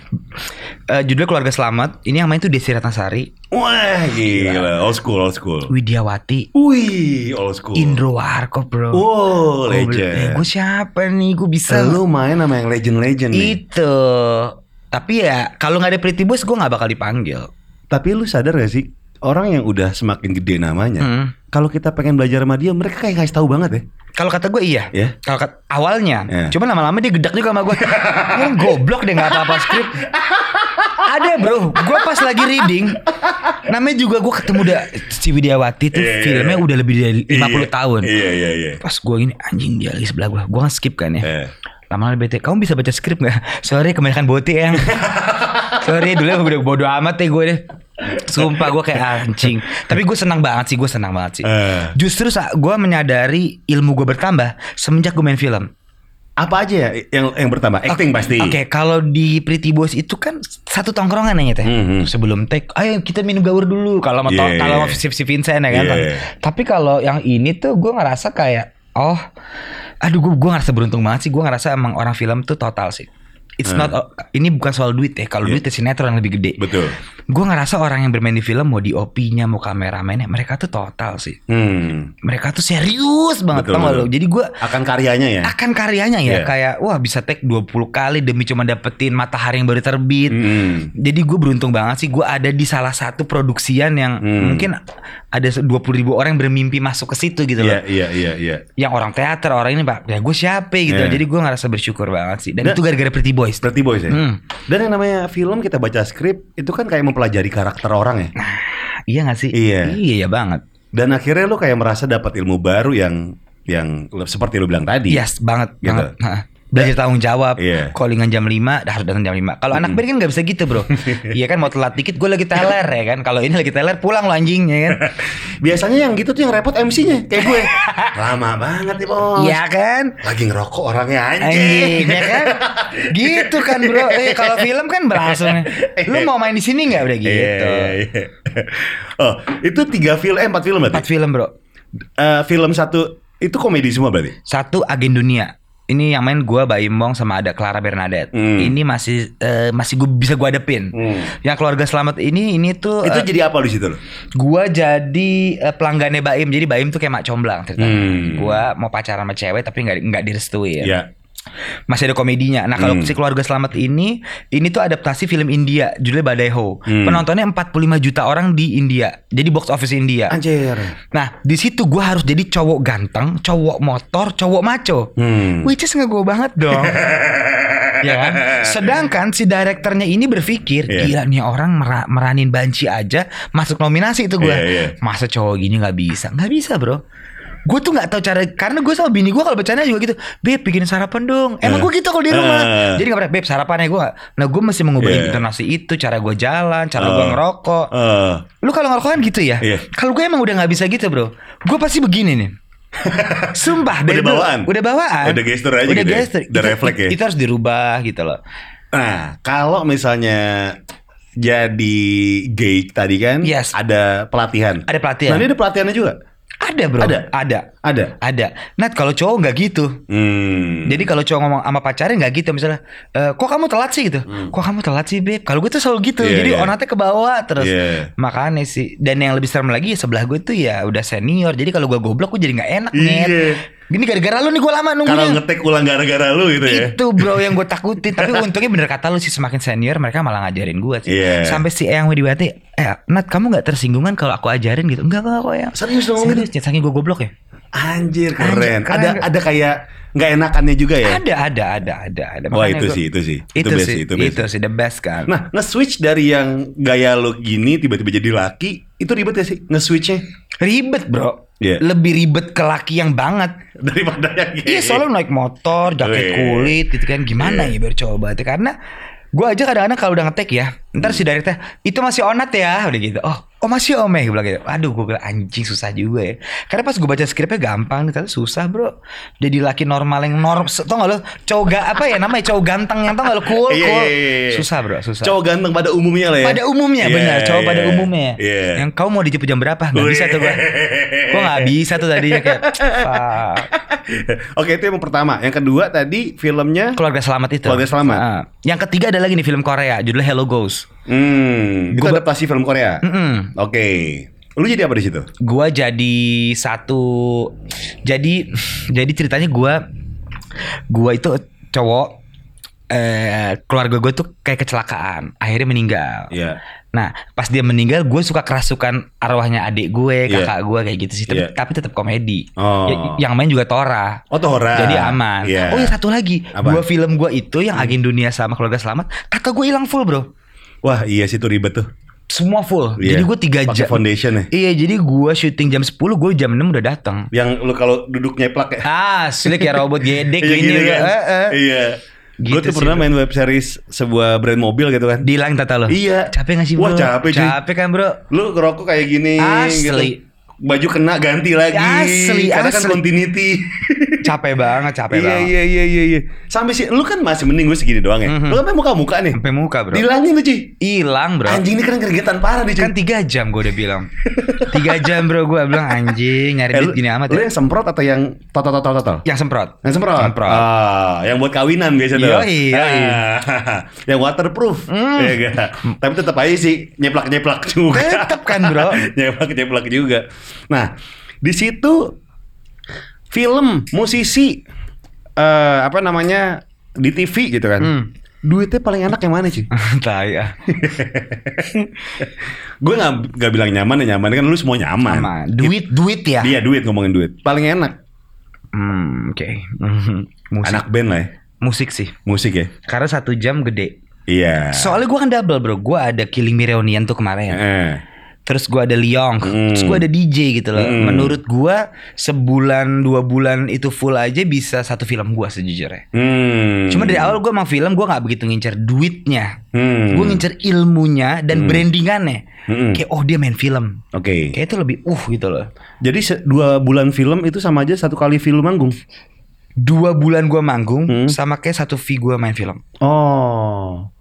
Eh, judulnya Keluarga Selamat. Ini yang main tuh Desi Ratnasari,
Wah gila, old school, old school.
Widiawati,
Wih, old school.
Indro Warkop bro. Oh,
Wow, Oh. legend.
gue siapa nih? Gue bisa.
Lu main sama yang legend-legend nih.
Itu. Tapi ya kalau nggak ada Pretty Boys gue nggak bakal dipanggil.
Tapi lu sadar gak sih orang yang udah semakin gede namanya,
Hmm.
kalau kita pengen belajar sama dia, mereka kayak ngasih tahu banget ya.
Kalau kata gue iya.
Iya.
Kalau kata awalnya,
Iya.
cuman lama-lama dia gedak juga sama gue. Ini goblok deh nggak apa-apa skrip. Ada bro, gue pas lagi reading, namanya juga gue ketemu da Ciwidiawati tuh
Iya, iya,
filmnya
iya.
udah lebih dari 50 tahun.
Iya, iya, iya.
Pas gue gini anjing dia lagi sebelah gue, gue nggak skip kan ya.
Eh.
Lama-lama bete, kamu bisa baca skrip nggak? Sorry kebanyakan boti yang. Sorry dulu udah bodo amat ya gue deh.
Iya.
Sumpah gue kayak anjing. Tapi gue senang banget sih, gue senang banget sih.
Eh.
Justru saat gue menyadari ilmu gue bertambah semenjak gue main film.
Apa aja ya yang yang pertama? Acting pasti.
Oke, kalau di Pretty Boys itu kan satu tongkrongan ya teh.
Mhm.
Sebelum take, ayo kita minum gaur dulu. Kalau sama
Yeah.
kalau sama si, si Vincent ya kan.
Yeah.
Tapi kalau yang ini tuh gue ngerasa kayak, oh, aduh gue gue ngerasa beruntung banget sih. Gue ngerasa emang orang film tuh total sih. It's not ini bukan soal duit ya. Kalau
Hmm. Yeah.
duit ya sinetron yang lebih gede.
Betul.
Gue ngerasa orang yang bermain di film mau di OP-nya, mau kameramennya, mereka tuh total sih.
Hmm.
mereka tuh serius banget
Betul,
tau gak
betul.
lo jadi gue
Akan karyanya ya.
akan karyanya ya
Iya.
kayak wah bisa take 20 kali demi cuma dapetin matahari yang baru terbit
Hmm.
jadi gue beruntung banget sih gue ada di salah satu produksian yang
Hmm.
mungkin ada 20 ribu orang yang bermimpi masuk ke situ gitu
Iya,
loh
iya, iya, iya.
yang orang teater orang ini pak ya gue siapa gitu
Iya. Nah.
jadi gue ngerasa bersyukur banget sih dan
Dan-
itu gara-gara Pretty Boys
Seperti boys ya.
Hmm.
Dan yang namanya film kita baca skrip itu kan kayak mempelajari karakter orang ya.
iya gak sih
Iya.
iya banget
Dan akhirnya lu kayak merasa dapat ilmu baru yang yang lu- seperti lu bilang tadi.
Yes, banget,
Gitu.
banget. Ha. Belajar tanggung jawab,
Iya. Hmm.
callingan jam 5, dah harus datang jam 5. Kalau anak band kan gak bisa gitu bro. Iya kan mau telat dikit, gue lagi teler ya kan. Kalau ini lagi teler, pulang lo anjing ya kan.
Biasanya yang gitu tuh yang repot MC-nya kayak gue. Lama banget nih, Bos.
Iya kan.
Lagi ngerokok orangnya
Anjing,
anjing.
ya kan? Gitu kan bro. Eh, kalau film kan berlangsung. Lu mau main di sini nggak udah
Iya,
gitu.
iya, iya. Oh, itu tiga film, eh, empat film
Empat
berarti.
film bro.
Eh, film satu itu komedi semua berarti.
Satu agen dunia. Ini yang main gua Baimong sama ada Clara Bernadette.
Hmm.
Ini masih eh, masih gua bisa gua adepin.
Hmm.
Yang keluarga selamat ini ini tuh
Itu
eh,
jadi apa lu di situ lu?
Gua jadi eh, pelanggannya Baim. Jadi Baim tuh kayak mak comblang ceritanya.
Hmm.
Gua mau pacaran sama cewek tapi nggak nggak direstui ya.
Iya.
Masih ada komedinya. Nah, kalau
Hmm.
si keluarga selamat ini ini tuh adaptasi film India judulnya Badai Ho.
Hmm.
Penontonnya 45 juta orang di India. Jadi box office India.
Anjir.
Nah, di situ gua harus jadi cowok ganteng, cowok motor, cowok maco.
Hmm.
Which is gue banget dong. ya kan? Sedangkan si direkturnya ini berpikir,
Iya.
gila nih orang mera- meranin banci aja masuk nominasi itu gue.
Iya, iya.
Masa cowok gini nggak bisa? Nggak bisa, Bro. Gue tuh nggak tahu cara karena gue sama bini gue kalau bercanda juga gitu, beb bikin sarapan dong. Emang
Iya.
gue gitu kalau di rumah.
Eh.
Jadi nggak pernah, beb sarapannya gue. Nah gue mesti mengubah
Iya.
intonasi itu, cara gue jalan, cara gue
Eh.
ngerokok.
Eh,
Lu kalau ngerokok kan gitu ya?
Iya.
Kalau gue emang udah nggak bisa gitu bro Gue pasti begini nih Sumpah dari
Udah
dulu-
bawaan?
Udah bawaan
Udah gesture aja
Udah
gitu ya?
gesture
Udah
Itu-
refleks ya?
Itu harus dirubah gitu loh
Nah, kalau misalnya jadi gay tadi kan
Yes.
ada pelatihan.
Ada pelatihan.
Nah, ini ada pelatihannya juga.
Ada bro
Ada?
Ada
Ada.
Ada Nat kalau cowok nggak gitu
Hmm.
Jadi kalau cowok ngomong sama pacarnya nggak gitu misalnya, "Eh, kok kamu telat sih gitu, kok kamu telat sih beb. Kalau gue tuh selalu gitu,
Hmm. Iya,
jadi
iya.
onatnya ke bawah terus.
Iya.
Makanya sih. Dan yang lebih serem lagi ya sebelah gue tuh ya udah senior, jadi kalau gue goblok gue jadi nggak enak nih.
Iya.
Gini gara-gara lu nih gue lama nunggunya.
kalau ngetek ulang gara-gara lu gitu ya.
Itu bro yang gue takutin Tapi untungnya bener kata lu sih Semakin senior mereka malah ngajarin gue sih
Iya.
Sampai si Eyang Widiwati Eh Nat kamu gak tersinggungan kalau aku ajarin gitu Enggak enggak kok Eyang
Serius dong gitu?
Serius ya, saking gue goblok ya
Anjir
Anjir,
keren.
keren.
Ada ada kayak nggak enakannya juga ya.
Ada ada ada ada, ada.
Wah,
Makanya
itu
gua-
sih, itu sih. Itu
Itu,
best
sih
sih, itu
itu,
best
sih the best kan
Nah, nge-switch dari yang gaya lo gini tiba-tiba jadi laki, itu ribet ya sih nge-switchnya
Ribet bro
Iya.
Lebih ribet ke laki yang banget
daripada yang gay.
Iya soalnya naik motor, jaket
Wih.
kulit gitu kan Gimana
Iya.
ya biar coba tuh
Hmm.
Karena gue aja kadang-kadang kalau udah ngetek ya Ntar si directnya Itu masih onat ya Udah gitu Oh Oh masih om eh gue bilang gitu. Aduh gue bilang anjing susah juga ya. Karena pas gue baca skripnya gampang nih, ternyata susah bro. Jadi laki normal yang norm, se- tau gak lo? Cowok ga- apa ya namanya cowok ganteng yang tau gak lo cool
Iya, iya,
cool.
iya, iya.
Susah bro, susah.
Cowok ganteng pada umumnya lah ya.
Pada umumnya
Iya,
benar, cowok pada
iya.
umumnya.
Iya.
Yang kau mau dijemput jam berapa? Gak bisa tuh gue. Gue gak bisa tuh tadinya kayak. "Fuck."
Oke, itu yang pertama. Yang kedua tadi filmnya
Keluarga selamat itu.
Keluarga Selamat.
Ah. yang ketiga ada lagi nih film Korea judulnya Hello Ghost.
hmm, itu
Gua-
adaptasi film Korea.
Mm-mm.
Oke. Lu jadi apa di situ?
gua jadi satu jadi jadi ceritanya gua gua itu cowok eh keluarga gue tuh kayak kecelakaan akhirnya meninggal
Iya.
nah pas dia meninggal gue suka kerasukan arwahnya adik gue
Iya.
kakak gue kayak gitu sih tapi,
Iya.
tapi tetap komedi
Oh.
Ya- yang main juga Tora
Oh, Tora.
jadi aman
Iya.
oh ya satu lagi
Apa? Hmm.
dua film gue itu yang agen dunia sama keluarga selamat kakak gue hilang full bro
Wah, iya sih itu ribet tuh.
semua full
Iya.
jadi gue tiga
Pakai
jam
foundation ya.
iya jadi gue syuting jam 10 gue jam 6 udah datang
Yang lu kalau duduknya plak ya.
Ah, sulit ya robot gedek
Iya,
gini.
gitu kan.
Eh, eh.
Iya.
Gitu
Gue tuh
sih,
pernah
bro.
main web series sebuah brand mobil gitu kan.
Dihilangin tata lo.
Iya.
Capek gak sih bro?
Wah, capek, cuy.
Capek kan bro?
Lu ngerokok kayak gini
Asli.
gitu. Baju kena ganti lagi.
Asli,
Karena kan
asli.
continuity.
Capek banget, capek
iya,
banget.
iya, iya, iya, iya. Sampai sih lu kan masih mending gue segini doang ya. Lu
Mhm.
kan main muka-muka nih.
Sampai muka bro.
Dilangin tuh, Ci.
Hilang bro.
Anjing ini kan kegiatan parah nih, Ci.
Kan tiga jam gue udah bilang. Tiga jam bro gue bilang anjing nyari
Eh,
duit
lu,
gini amat
lu
ya.
yang semprot atau yang total total total?
Yang semprot.
Yang semprot.
Semprot.
Ah, yang buat kawinan guys itu.
Yoi, yoi. Hmm.
Ah, yang waterproof. Iya nggak? Tapi tetap aja sih nyeplak-nyeplak juga.
Tetep kan, Bro.
nyeplak-nyeplak juga. Nah, di situ film, musisi eh apa namanya? di TV gitu kan.
Hmm.
Duitnya paling enak yang mana, sih?
Tai ah.
Gue nggak nggak bilang nyaman ya nyaman kan lu semua nyaman.
Sama. Duit, duit ya.
Iya duit ngomongin duit. Paling enak
Hmm, oke. Mhm. Musik.
anak band lah ya.
Musik sih.
Musik ya.
Karena satu jam gede.
Iya.
Soalnya gue kan double bro. Gue ada Killing Me Reunion tuh kemarin.
Eh.
Terus gua ada Liong,
Hmm.
terus gua ada DJ gitu loh.
Hmm.
Menurut gua sebulan dua bulan itu full aja bisa satu film gua sejujurnya.
Hmm.
Cuma dari awal gua emang film gua nggak begitu ngincer duitnya,
Hmm.
gua ngincer ilmunya dan brandingannya.
Hmm. Iya.
Kayak oh dia main film,
Oke.
kayak itu lebih uh gitu loh.
Jadi se- dua bulan film itu sama aja satu kali film manggung.
Dua bulan gua manggung
Hmm.
sama kayak satu V gua main film.
Oh.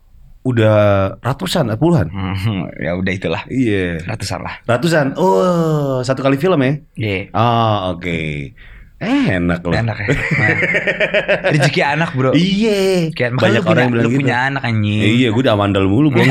Udah ratusan, puluhan.
Hmm, ya udah itulah
Iya.
ratusan lah.
Ratusan. Oh, satu kali film ya.
Iya.
Oh, oke. Eh, enak loh.
Enak ya. Nah. Rezeki anak bro.
Iya.
Kayak, makanya lu punya- lu punya anak anjing.
gitu. Iya, gue udah mandal mulu, Bang.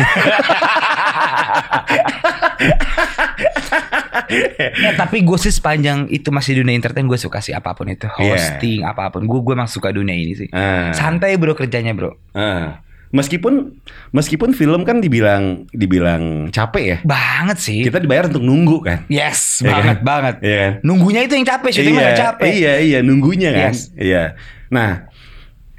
Ya, tapi gue sih sepanjang itu masih dunia entertain gue suka sih apapun itu
Iya.
hosting apapun gue gue emang suka dunia ini sih
Ah.
santai bro kerjanya bro
Ah. Meskipun meskipun film kan dibilang dibilang capek ya.
banget sih
Kita dibayar untuk nunggu kan.
yes
Iya kan?
banget banget
Iya kan?
nunggunya itu yang capek syuting mah nggak capek
Iya, iya, nunggunya kan.
Yes.
Iya. Nah,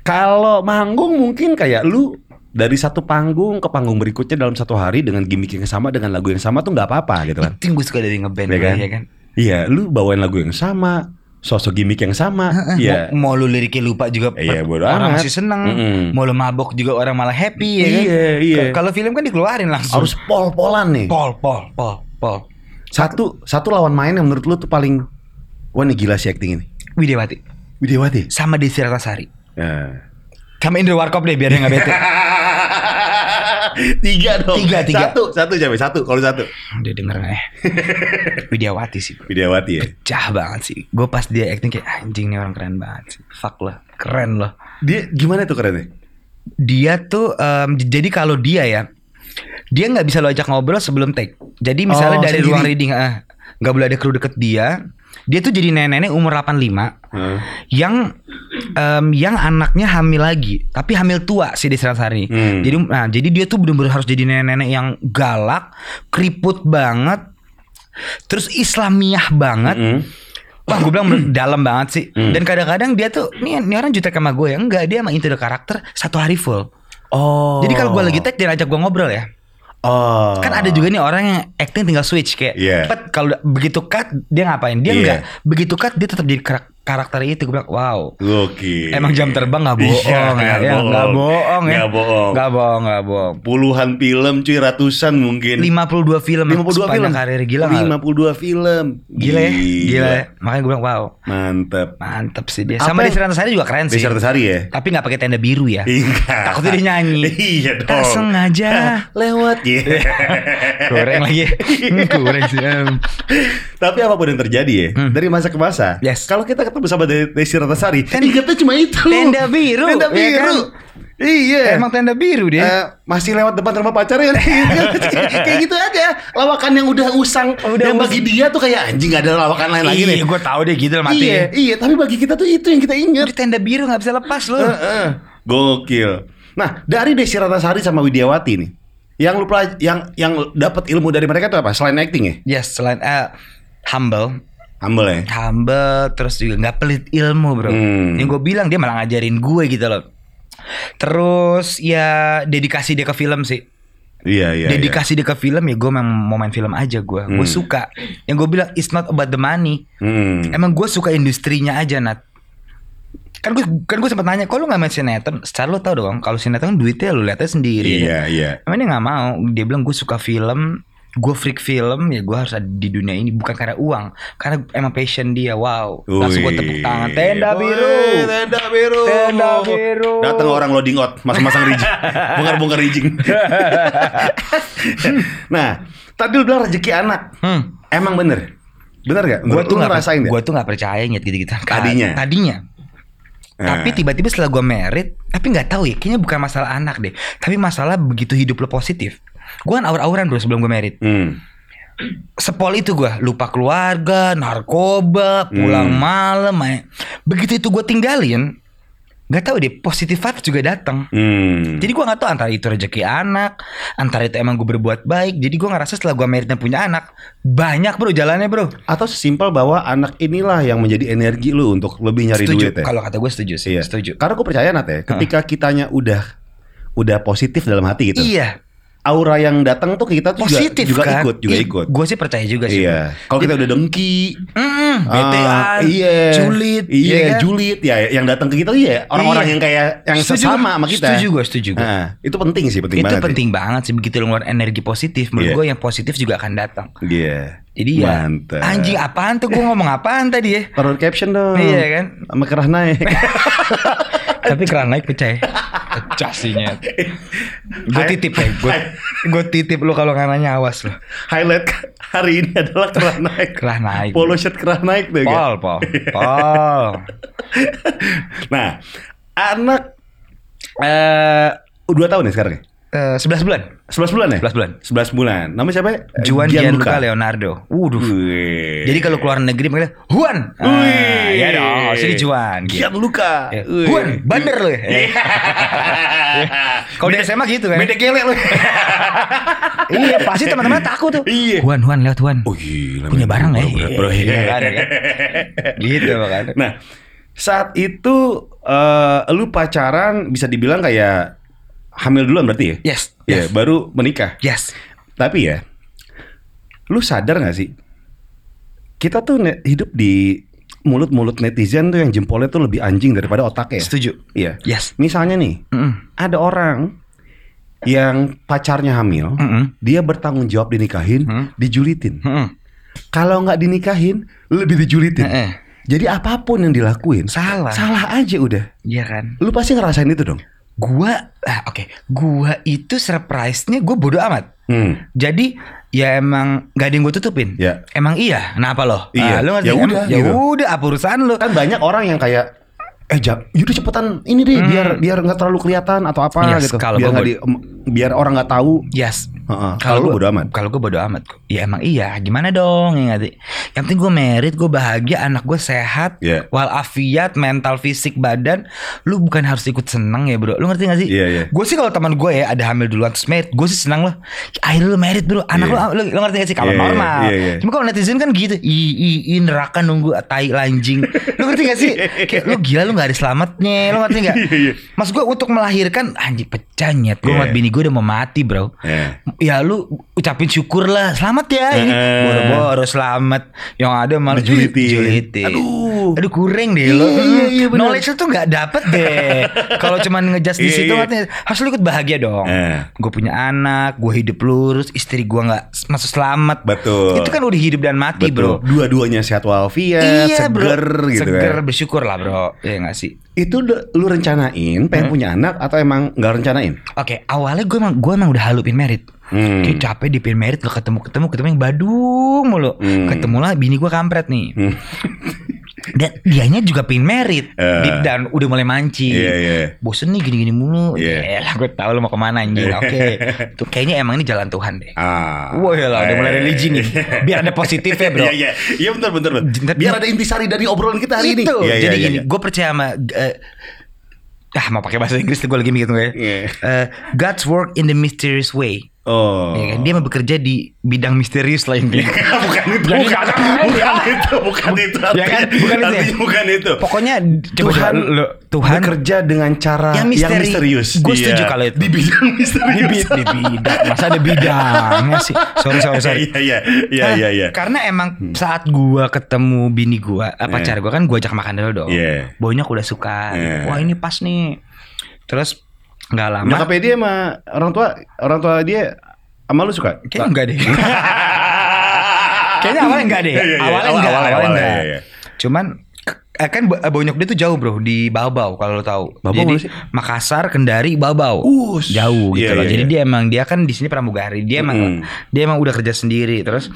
kalau manggung mungkin kayak lu dari satu panggung ke panggung berikutnya dalam satu hari dengan gimmick yang sama dengan lagu yang sama tuh nggak apa-apa gitu kan.
itu yang gue suka dari ngeband
Iya
bro,
kan?
iya kan?
Iya, lu bawain lagu yang sama, sosok gimmick yang sama. Iya.
Mau, mau lu liriknya lupa juga per-
Iya, bodo amat.
orang masih seneng
Mm-mm.
mau lu mabok juga orang malah happy ya kan
Iya, iya.
K- kalau film kan dikeluarin langsung
Harus pol-polan nih.
pol pol pol pol
Satu satu lawan main yang menurut lu tuh paling wah nih gila si acting ini.
Widewati
Widewati.
sama Desi Ratnasari
Nah.
sama Indra Warkop deh biar dia nggak bete
tiga dong.
Tiga, tiga.
Satu, satu capek, satu. Kalau satu.
dia denger nggak ya Widiawati sih bro
Widewati ya.
pecah banget sih. Gue pas dia acting kayak anjing nih orang keren banget sih. Fuck lah, keren loh.
Dia gimana tuh kerennya?
Dia tuh em, j- jadi kalau dia ya, dia nggak bisa lo ajak ngobrol sebelum take. Jadi misalnya
Oh,
dari
sendiri.
ruang reading eh, nggak boleh ada kru deket dia. Dia tuh jadi nenek-nenek umur 85
Heeh.
yang em, yang anaknya hamil lagi, tapi hamil tua si Desi Ratnasari.
Hmm.
Jadi nah jadi dia tuh benar-benar harus jadi nenek-nenek yang galak, keriput banget, terus Islamiah banget.
Hmm.
Wah gue bilang menurut- dalam banget sih Dan kadang-kadang dia tuh nih, nih orang jutek sama gue ya Enggak dia emang into the karakter Satu hari full
Oh.
Jadi kalau gue lagi tag Dia ajak gue ngobrol ya
Oh.
Kan ada juga nih orang yang acting tinggal switch Kayak
Iya.
pet, Kalau udah- begitu cut Dia ngapain Dia
Iya.
enggak Begitu cut dia tetap jadi karak- karakter itu gue bilang wow
Oke.
Emang jam terbang nggak bohong
Iya,
ya,
nggak
ya,
bohong.
nggak bohong ya,
Nggak bohong.
nggak bohong, nggak bohong.
Puluhan film cuy ratusan mungkin.
52 film
52 film.
sepanjang karir gila nggak?
52 film.
Gila ya, gila ya. Makanya gue bilang wow,
Mantep.
mantep sih dia.
Apa
Sama
yang- Iya.
di Seranta Sari juga keren
Di
sih.
Sertasari ya?
Tapi nggak pakai tenda biru ya.
Enggak.
Takutnya dia nyanyi.
Iya dong.
Tak sengaja.
Lewat ya.
Goreng lagi. Hmm, Goreng sih. em.
Tapi apapun yang terjadi ya,
Hmm.
dari masa ke masa,
Yes.
kalau kita ketemu sama De- Desi Ratnasari, ingatnya cuma itu.
tenda biru,
Tenda
ya
biru.
kan?
Iya.
Emang tenda biru dia.
Eh, masih lewat depan rumah pacarnya kayak gitu aja lawakan yang udah usang
Udah
yang bagi dia tuh kayak anjing gak ada lawakan lain lagi nih
iya, gue tahu deh gitu lah mati.
iya iya tapi bagi kita tuh itu yang kita ingat
Di tenda biru nggak bisa lepas lu.
Heeh. Gokil. Nah, dari Desi Ratnasari sama Widiawati nih, yang lu pelaj- yang yang dapat ilmu dari mereka tuh apa? Selain acting ya?
Yes, selain eh, humble,
Humble ya.
humble, terus juga nggak pelit ilmu bro.
Hmm.
Yang gue bilang dia malah ngajarin gue gitu loh. Terus ya dedikasi dia ke film sih.
Iya, iya.
dedikasi dia ke film ya gue memang mau main film aja gue. Gue
Hmm.
suka. Yang gue bilang it's not about the money.
iya. Hmm.
Emang gue suka industrinya aja Nat. Kan gue kan gue sempat nanya, kalau lu nggak main sinetron, secara lo tau dong, kalau sinetron duitnya lu lihatnya sendiri. ya
Iya, iya.
Emang dia nggak mau. Dia bilang gue suka film, gue freak film, ya gue harus ada di dunia ini bukan karena uang, karena emang passion dia. Wow. Langsung gue
Wih.
tepuk tangan. Tenda biru.
Wih, Tenda biru.
Tenda biru.
Datang orang loading out, masang-masang rijing. Bongkar-bongkar rijing. nah, tadi lu bilang rezeki anak.
Hmm.
Emang bener? Bener gak?
Gue tuh
Lu
nggak
ngerasain ya?
Gue tuh nggak percaya nyet gitu gitu.
Tadinya?
Tadinya.
Eh.
Tapi tiba-tiba setelah gue merit, tapi nggak tahu ya, kayaknya bukan masalah anak deh, tapi masalah begitu hidup lo positif. Gue kan aur-auran bro sebelum gue merit.
Hmm.
sepol itu gua lupa keluarga narkoba pulang
Hmm.
malam main. begitu itu gua tinggalin nggak tahu deh positif vibes juga datang
Hmm.
jadi gua nggak tahu antara itu rezeki anak antara itu emang gue berbuat baik jadi gua ngerasa setelah gua merit dan punya anak banyak bro jalannya bro
Atau sesimpel bahwa anak inilah yang menjadi energi lu untuk lebih nyari
setuju
duit ya?
kalau kata gue setuju sih
Iya.
setuju
Karena gue percaya Nat ya, ketika kitanya udah udah positif dalam hati gitu.
iya
Aura yang datang tuh kita tuh juga-
positif
juga,
kan
ikut, juga ikut.
gue sih percaya juga sih
Iya. Kalau kita udah dengki,
Mm-mm,
ah,
BTA,
iya,
julid,
iya,
ya kan?
julid, ya yang datang ke kita tuh ya orang-orang
Iya.
yang kayak yang
Setuju
sesama
gua,
sama kita.
Setuju gue, setuju gue.
Nah, itu penting sih, penting
itu
banget. ya.
penting banget sih begitu lu ngeluarin energi positif menurut
Iya.
gue yang positif juga akan datang
Iya.
jadi ya
Mantap.
anjing apaan tuh gue ngomong apaan tadi ya
Taruh caption dong.
Iya kan?
Sama kerah naik.
tapi keran naik pecah ya. pecah sih nyet gue
Hai-
titip ya gue
hai-
gue titip lu kalau nggak nanya awas lu
Highlight hari ini adalah kerah naik.
Kerah naik.
Polo shirt kerah naik deh. kan?
pol pol pol
nah, anak eh dua tahun ya sekarang? ya?
sebelas bulan
11 bulan ya?
11 bulan.
11 bulan. Namanya siapa? ya?
Juan Gianluca
Gianluca.
Leonardo Waduh
Wih.
jadi kalau keluar negeri mereka Juan
Wih.
ah, ya dong sini Juan gitu.
Gianluca.
Ya.
Wih. Iya.
Juan bander lu ya Kalau di
Beda-
SMA gitu kan?
Beda gele lu.
iya pasti teman-teman takut tuh
Iya.
Juan Juan lihat Juan
Oh gila.
Punya
men.
barang ya?
Berat, bro.
Iya,
Iya.
kan, ya kan? gitu kan
Nah, saat itu eh, lu pacaran bisa dibilang kayak hamil duluan berarti ya?
yes
Ya,
yes
baru menikah.
yes
Tapi ya, lu sadar gak sih? Kita tuh ne- hidup di mulut-mulut netizen tuh yang jempolnya tuh lebih anjing daripada otaknya.
setuju
Iya.
yes
Misalnya nih,
Mm-mm.
ada orang yang pacarnya hamil,
Mm-mm.
dia bertanggung jawab dinikahin,
Hmm.
dijulitin.
Mm-mm.
Kalau nggak dinikahin, lebih dijulitin.
Eh, eh.
Jadi apapun yang dilakuin,
Salah.
salah aja udah.
iya kan
Lu pasti ngerasain itu dong.
gua ah, oke gua itu surprise nya gua bodo amat
Hmm.
jadi ya emang gak ada yang gue tutupin
Ya.
emang iya kenapa loh
Iya.
lu ngerti
Ya
Em-
udah,
ya
gitu.
udah apa urusan lu
Kan banyak orang yang kayak eh jam, yaudah cepetan ini deh
Hmm.
biar biar nggak terlalu kelihatan atau apa
Yes,
gitu.
kalau
biar
gua
nggak di, em, biar orang nggak tahu.
yes
Heeh. Kalau lu
gua-
bodo amat.
Kalau gue bodo amat Ya emang iya Gimana dong ya nggak sih? Yang penting gue merit Gue bahagia Anak gue sehat
Iya.
Walafiat Mental fisik badan Lu bukan harus ikut seneng ya bro Lu ngerti gak sih?
Iya, iya.
Gue sih kalau teman gue ya Ada hamil duluan Terus merit Gue sih senang loh Akhirnya lu merit bro Anak
Iya.
lu, lu Lu ngerti gak sih? Kalau
Iya, iya,
normal
iya, iya.
Cuma kalau netizen kan gitu I, i, i neraka nunggu Tai lanjing Lu ngerti gak sih? Kayak lu gila Lu gak ada selamatnya Lu ngerti gak?
Iya, iya.
Mas gue untuk melahirkan Anjing pecah nyet Gue
Iya.
ngeliat bini gue udah mau mati bro
Iya.
Ya lu ucapin syukur lah Selamat ya ini
Eh.
Boro-boro selamat Yang ada malah
Dijulitin.
Dijulitin.
Aduh.
Aduh kurang deh lu
Iya, iya, iya, benar.
Knowledge lu tuh gak dapet deh Kalau cuman ngejas di
Iya,
situ
iya.
artinya Harus lu ikut bahagia dong
Eh.
Gue punya anak Gue hidup lurus Istri gue gak masuk selamat
Betul.
Itu kan udah hidup dan mati bro Iya,
Betul. Dua-duanya sehat walafiat, seger gitu
Seger
kan.
bersyukur lah bro Iya gak sih
Itu udah- lu rencanain pengen punya anak atau emang nggak rencanain?
Oke awalnya gue emang, gua emang udah halupin merit
Hmm.
Kayak capek di pin merit lo ketemu ketemu ketemu yang badung mulu.
Hmm.
Ketemu lah bini gue kampret nih.
Hmm.
Dan dianya juga pin merit
Eh.
Di- dan udah mulai manci.
Iya, iya.
Bosen nih gini-gini mulu.
Iya.
Yaelah, gue tahu lo mau kemana anjing. Oke. Tuh kayaknya emang ini jalan Tuhan deh.
Ah.
Wah ya udah mulai
Eh.
religi nih. Biar ada positif ya bro.
Iya iya. Iya bentar bentar. bentar.
Bentar,
Biar
bentar.
ada intisari dari obrolan kita hari ini.
Itu.
Iya, iya,
Gitu. Jadi
iya,
gini,
iya.
gue percaya sama eh, ah mau pakai bahasa Inggris tuh gue lagi mikir tuh ya.
Iya.
Eh, God's work in the mysterious way.
Oh.
Ya kan? Dia mah bekerja di bidang misterius lah intinya.
bukan itu.
Jadi-
bukan, bukan itu. Bukan itu.
Ya kan?
artinya-
Bukan itu ya?
artinya bukan itu.
Pokoknya coba
Tuhan,
coba lu- Tuhan
bekerja dengan cara yang,
Yang misteri.
misterius.
Gua
Iya.
setuju kalau itu.
Di bidang
di,
misterius.
bi- di bidang masa ada bidangnya sih. Sorry sorry sorry.
Iya iya iya
Nah,
iya iya.
Karena emang saat gua ketemu bini gua, eh, pacar gua kan gua ajak makan dulu dong.
Iya.
Banyak udah suka.
Iya.
Wah, ini pas nih. Terus nggak lama
Nyokapnya Nah, dia sama orang tua orang tua dia sama lu suka?
kayaknya enggak deh. kayaknya awalnya enggak deh.
Iya, iya, iya.
Awalnya
Awal-
enggak,
awalnya,
awalnya
awalnya,
enggak.
iya, iya.
Cuman k- eh, kan ba- bonyok dia tuh jauh bro di Babau kalau lo tahu.
Babau mana
Jadi
sih?
Makassar, Kendari, Babau.
Us.
Jauh gitu
Iya,
loh.
iya,
Jadi
iya.
dia emang dia kan di sini pramugari. Dia emang
Mm-mm.
dia emang udah kerja sendiri. Terus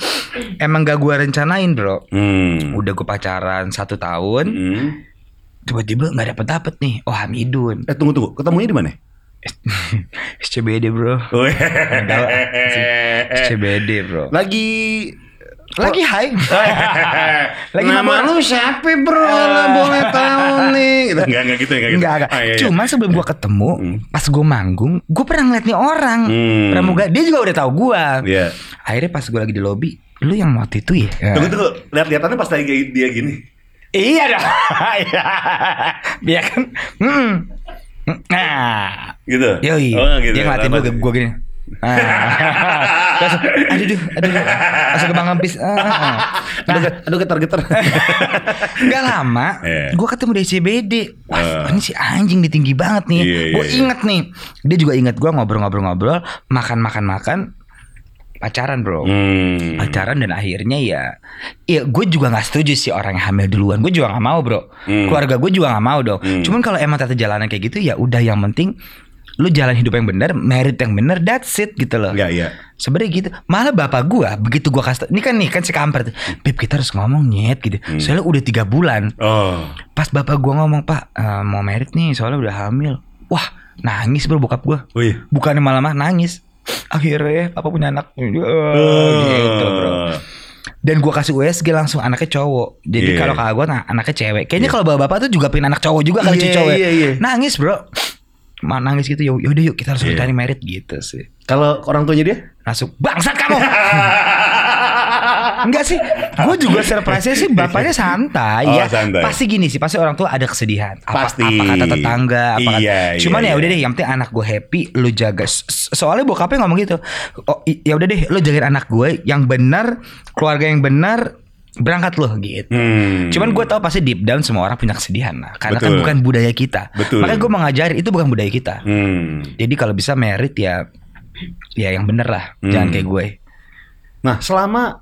emang gak gua rencanain bro.
Hmm.
Udah gua pacaran satu tahun,
Hmm.
tiba-tiba nggak dapet dapet nih. Oh Hamidun,
Eh tunggu tunggu, ketemunya di mana?
SCBD bro,
Oh, iya.
Enggak lah.
Eh,
SCBD bro.
Lagi
Lagi high,
Lagi eh. nama, lu siapa bro? Lah boleh tahu nih. Gitu. Enggak enggak gitu enggak gitu.
Enggak, enggak.
Ah, iya, iya.
Cuman sebelum gua ketemu, pas gua manggung, gua pernah ngeliat nih orang.
Hmm.
Pramugari, dia juga udah tahu gua.
Iya.
Akhirnya pas gua lagi di lobby, lu yang waktu itu ya?
Tunggu tunggu, lihat-lihatannya pas lagi dia gini.
Iya dah. Iya. Dia kan. Hmm. Nah.
Gitu.
Yoi.
Oh, gitu.
Dia ngeliatin gua, gua gini. Ah. Terus, aduh, duh, aduh, duh. langsung kebang ngempis. Ah.
Aduh, ge- aduh getar-getar.
Gak lama,
Iya.
gue ketemu di CBD.
Ah.
Wah, ini si anjing di tinggi banget nih.
Iya, iya,
gue
iya.
inget nih. Dia juga inget gue ngobrol-ngobrol-ngobrol, makan-makan-makan, pacaran bro.
Hmm.
Pacaran dan akhirnya ya, ya gue juga nggak setuju sih orang yang hamil duluan. Gue juga nggak mau bro.
Hmm.
Keluarga gue juga nggak mau dong.
Hmm.
Cuman kalau emang tata jalanan kayak gitu ya udah yang penting lu jalan hidup yang benar, merit yang benar, that's it gitu loh.
Iya, iya.
Sebenernya gitu Malah bapak gua Begitu gua kasih tau- Ini kan nih kan si kampret Beb kita harus ngomong nyet gitu
Hmm.
Soalnya udah tiga bulan
Oh.
Pas bapak gua ngomong Pak eh, mau merit nih Soalnya udah hamil Wah nangis bro bokap gua
Wih.
Bukannya malah-malah nangis Akhirnya papa punya anak Eh, Gitu
Oh.
bro dan gua kasih USG langsung anaknya cowok. Jadi
Iya.
kalau kagak gua nah, anaknya cewek. Kayaknya kalau bapak-bapak tuh juga pengen anak cowok juga kalau
Iya,
cucu cowok.
iya, iya.
Nangis, Bro. Ma nangis gitu ya udah yuk kita harus
Iya.
rencanain merit gitu sih.
Kalau orang tuanya dia?
Langsung bangsat kamu. Enggak sih, gue juga surprise sih bapaknya santai
Oh,
ya.
santai.
Pasti gini sih, pasti orang tua ada kesedihan. Apa,
Pasti.
Apa kata tetangga? Apa kata-
Iya, iya,
Cuman
iya.
ya udah deh, yang penting anak gue happy, lu jaga. S- s- Soalnya bokapnya ngomong gitu. Oh, i- ya udah deh, lu jagain anak gue yang benar, keluarga yang benar, berangkat loh gitu.
Hmm.
Cuman gue tau pasti deep down semua orang punya kesedihan lah. Karena
Betul.
kan bukan budaya kita.
Betul.
Makanya gue mengajari itu bukan budaya kita.
Hmm.
Jadi kalau bisa merit ya, ya yang bener lah. Jangan
Hmm.
kayak gue.
Nah, selama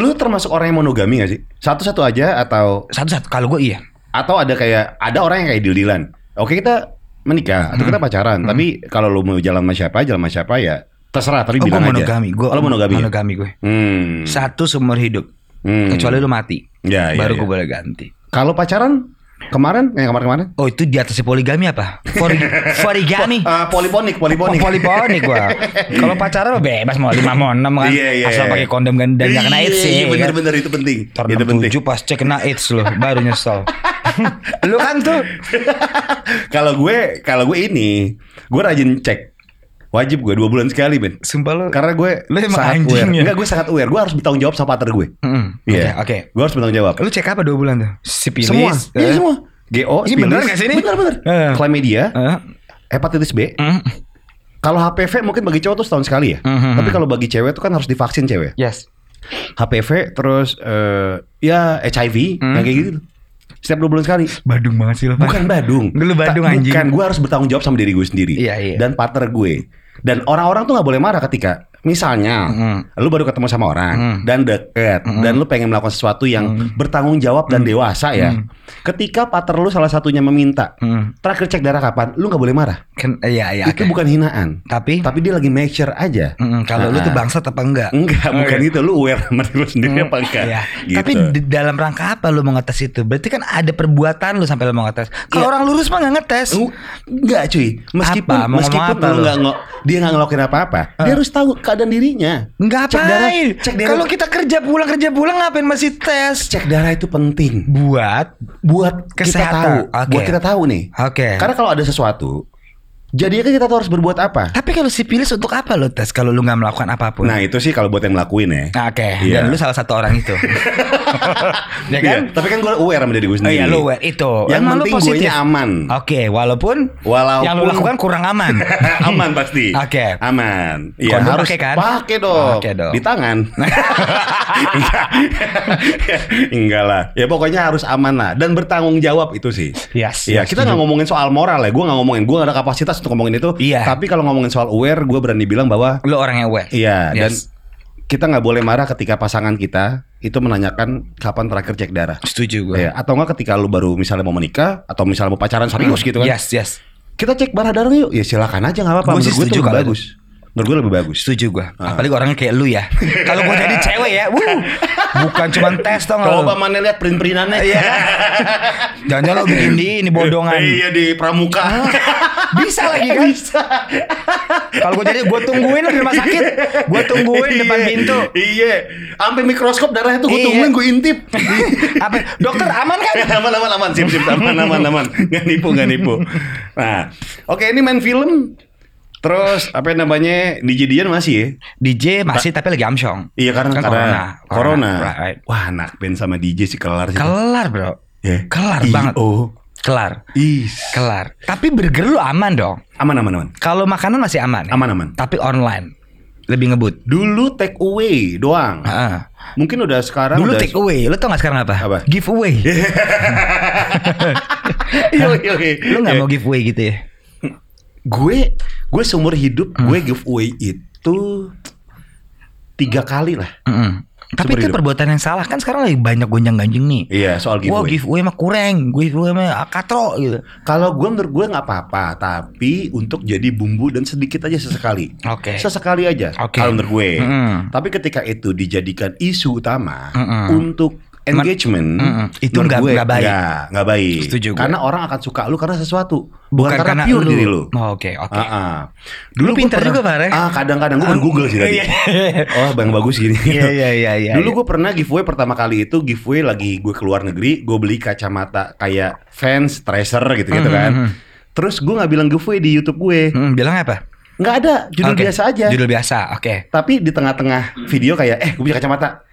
lu termasuk orang yang monogami gak sih? Satu-satu aja atau
Satu-satu, kalau gue iya.
atau ada kayak ada orang yang kayak deal-dealan. Oke, kita menikah
Hmm.
atau kita pacaran, tapi kalau lu mau jalan sama siapa, jalan sama siapa ya terserah, tapi
Oh, gue
bilang aja.
monogami. Gue
Kalau monogami. ya?
Monogami gue.
Hmm.
Satu seumur hidup.
Hmm.
Kecuali lu mati.
Ya, ya,
Baru
ya.
gue boleh ganti.
Kalau pacaran kemarin yang kemarin-kemarin?
Oh itu di atasnya poligami apa? Porig- Porigami.
Eh, poliponik, poliponik.
Oh, Poliponik gua. Kalau pacaran mah bebas mau lima mau enam kan.
Iya, iya.
Asal pakai kondom kan dan nggak kena
Iya,
AIDS sih.
Iya,
ya kan?
bener-bener itu penting.
Ntar
itu penting.
67 pas cek kena AIDS loh baru nyesel. lu kan tuh.
Kalau gue, kalau gue ini, gue rajin cek. Wajib gue dua bulan sekali, Ben.
Sumpah lu.
Karena gue
Lu emang
sangat
anjing
aware.
ya?
Enggak, gue sangat aware. Gue harus bertanggung jawab sama partner gue.
Mm-mm. Hmm, Oke,
Iya.
oke.
Gue harus bertanggung jawab.
Lu cek apa dua bulan tuh? Sipilis.
semua.
eh.
Iya, semua. GO,
Ini bener nggak sih ini?
Iya. Bener, bener.
Eh.
Chlamydia,
Eh,
hepatitis B,
mm.
Kalau HPV mungkin bagi cowok tuh setahun sekali ya.
Mhm.
Tapi kalau bagi cewek tuh kan harus divaksin cewek.
Yes.
HPV terus eh, ya HIV yang kayak gitu. Setiap dua bulan sekali.
Badung banget sih lo. Pak.
Bukan Badung.
Lu Badung,
Ta-
anjing.
Bukan, gue harus bertanggung jawab sama diri gue sendiri.
Iya, iya.
Dan partner gue. Dan orang-orang tuh nggak boleh marah ketika misalnya lu baru ketemu sama orang dan deket dan lu pengen melakukan sesuatu yang bertanggung jawab dan dewasa ya. Ketika partner lu salah satunya meminta
Hmm.
terakhir cek darah kapan, lu nggak boleh marah.
Kan iya iya.
Itu
oke.
bukan hinaan.
Tapi
Tapi dia lagi make sure aja.
Mm-mm, kalau lu
Ah.
tuh bangsat apa enggak?
Enggak, bukan itu. Lu aware sama diri lu sendiri apa enggak?
Iya.
Gitu.
Tapi di dalam rangka apa lu mau ngetes itu? Berarti kan ada perbuatan lu sampai lu mau ngetes. Kalau
Iya.
orang lurus mah nggak ngetes.
Eng- enggak cuy. Meskipun
Apa? Mau ngomong
meskipun
apa
lu
lu?
enggak ngo- dia enggak ngelakuin apa-apa, dia harus tahu keadaan dirinya.
Enggak
Cek darah,
apain.
cek darah.
Kalau kita kerja pulang kerja pulang ngapain masih tes?
Cek darah itu penting
Buat
buat
Kesehatan.
kita tahu,
Oke.
buat kita tahu nih.
Oke.
Karena kalau ada sesuatu, jadinya kan kita tahu harus berbuat apa.
Tapi kalau sipilis untuk apa lo tes kalau lu nggak melakukan apapun?
Nah, itu sih kalau buat yang ngelakuin ya.
Nah, Oke,
Iya.
dan lu salah satu orang itu. ya kan?
Iya, Tapi kan gue aware sama diri gue
Oh
sendiri.
iya lu aware itu.
Yang
Emang lu
penting
positif.
guenya aman.
Oke, walaupun
Walaupun-
yang lu lakukan kurang aman.
aman pasti.
Oke.
Aman. Iya.
Kondom pakai kan?
Pakai dong.
Pakai dong.
Di tangan. Enggak. Enggak lah. Ya pokoknya harus aman lah dan bertanggung jawab itu sih.
Yes,
Iya,
yes,
kita nggak ngomongin soal moral ya. Gue nggak ngomongin. Gue nggak ada kapasitas untuk ngomongin itu.
Iya.
Tapi kalau ngomongin soal aware, gue berani bilang bahwa
lu orang yang aware.
iya dan
Yes.
kita nggak boleh marah ketika pasangan kita itu menanyakan kapan terakhir cek darah.
setuju gue.
Iya, atau nggak ketika lu baru misalnya mau menikah atau misalnya mau pacaran serius
Hmm.
gitu kan?
Yes, yes.
kita cek darah darahnya yuk ya silakan aja nggak apa-apa
Gua
menurut
sih
gue
setuju
tuh lebih
kalau
bagus menurut gue lebih bagus
Setuju gue.
Ah.
Apalagi orangnya kayak lu ya. kalau gue jadi cewek ya, wuh, bukan cuman tes tau nggak lu.
coba mana lihat print printannya
Iya. Jangan-jangan lu bikin di ini bodongan.
iya di pramuka
Bisa lagi kan?
Bisa.
Kalau gue jadi gue tungguin lu di rumah sakit. Gue tungguin depan
Iya,
pintu.
iya sampai mikroskop darahnya tuh gue
Iya.
tungguin gue intip
Apa? Dokter aman kan?
aman aman aman sip sip aman aman aman nggak nipu nggak nipu nah oke ini main film terus apa namanya DJ Dian masih ya
DJ masih tapi lagi amsyong.
Iya karena
Kan
karena corona.
Right.
Wah anak band sama DJ sih kelar sih.
Kelar bro.
Iya.
Kelar
I-
banget.
Oh,
Kelar.
is.
Kelar. Tapi burger lu aman dong.
Aman aman aman.
Kalau makanan masih aman. ya?
Aman, aman.
Tapi online lebih ngebut.
Dulu take away doang.
Ah.
Mungkin udah sekarang
Dulu
udah
take away. Lu tau gak sekarang apa?
Apa?
Giveaway.
Iya, iya, iya.
Lu gak
Iya.
mau giveaway gitu ya?
Gue gue seumur hidup
Hmm.
gue giveaway itu tiga kali lah.
Mm-mm.
Seumur
Tapi itu
hidup.
perbuatan yang salah kan sekarang lagi banyak gonjang ganjing nih.
Iya soal
Wah
giveaway.
giveaway mah kurang, giveaway mah katro gitu.
Kalau gue menurut gue nggak apa-apa, tapi untuk jadi bumbu dan sedikit aja sesekali.
Oke.
Sesekali aja.
Oke. Hmm.
Kalau menurut gue.
Mm-mm.
Tapi ketika itu dijadikan isu utama
Mm-mm.
untuk engagement,
Mm-mm. Itu
menurut
nggak-
gue
nggak baik.
nggak- nggak baik.
Setuju gue.
Karena orang akan suka lu karena sesuatu, bukan, karena, pure diri lu.
Oh, Oke, oke.
Ah, ah. Dulu
Lu
gue
pintar
pernah-
juga, Fare.
Ah, kadang-kadang gue Google sih tadi.
Iya.
oh, bang bagus gini.
Iya, iya, iya, iya.
Dulu gue pernah giveaway pertama kali itu giveaway lagi gue keluar negeri, gue beli kacamata kayak fans, tracer gitu-gitu kan. Terus gue nggak bilang giveaway di YouTube gue,
Hmm, bilang apa?
nggak ada judul
Oke.
biasa aja.
Judul biasa, oke.
Tapi di tengah-tengah video kayak, eh gue punya kacamata,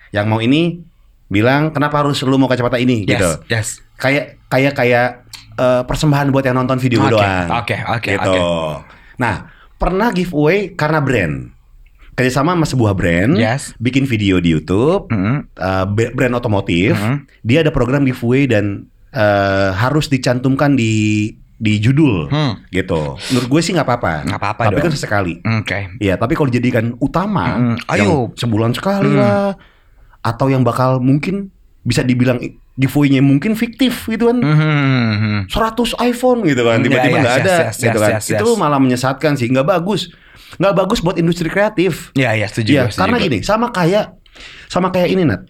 yang mau ini bilang kenapa harus lu mau kacamata ini
Yes,
gitu.
yes.
Kayak kayak kayak eh, persembahan buat yang nonton video gue
Oke,
doang.
oke, oke,
gitu.
oke.
Nah pernah giveaway karena brand. Kerjasama sama sebuah brand,
Yes. Hmm.
bikin video di YouTube,
Mm-mm.
eh, be- brand otomotif,
Mhm.
dia ada program giveaway dan eh, harus dicantumkan di di judul,
Hmm.
gitu. Menurut gue sih nggak apa-apa.
Nggak apa-apa
Tapi
dong.
kan sesekali.
Oke.
Iya, tapi kalau dijadikan utama,
Mm, ayo. Hmm.
yang sebulan sekali lah, atau yang bakal mungkin bisa dibilang i- giveaway-nya mungkin fiktif gitu kan.
Mhm.
100 iPhone gitu kan
Iya,
tiba-tiba
iya,
nggak
yes,
ada
yes,
gitu
yes,
kan
yes, yes.
itu malah menyesatkan sih nggak bagus nggak bagus buat industri kreatif
Iya, iya, setuju.
Iya,
gue, setuju
karena
gue.
gini, sama kayak sama kayak ini Nat.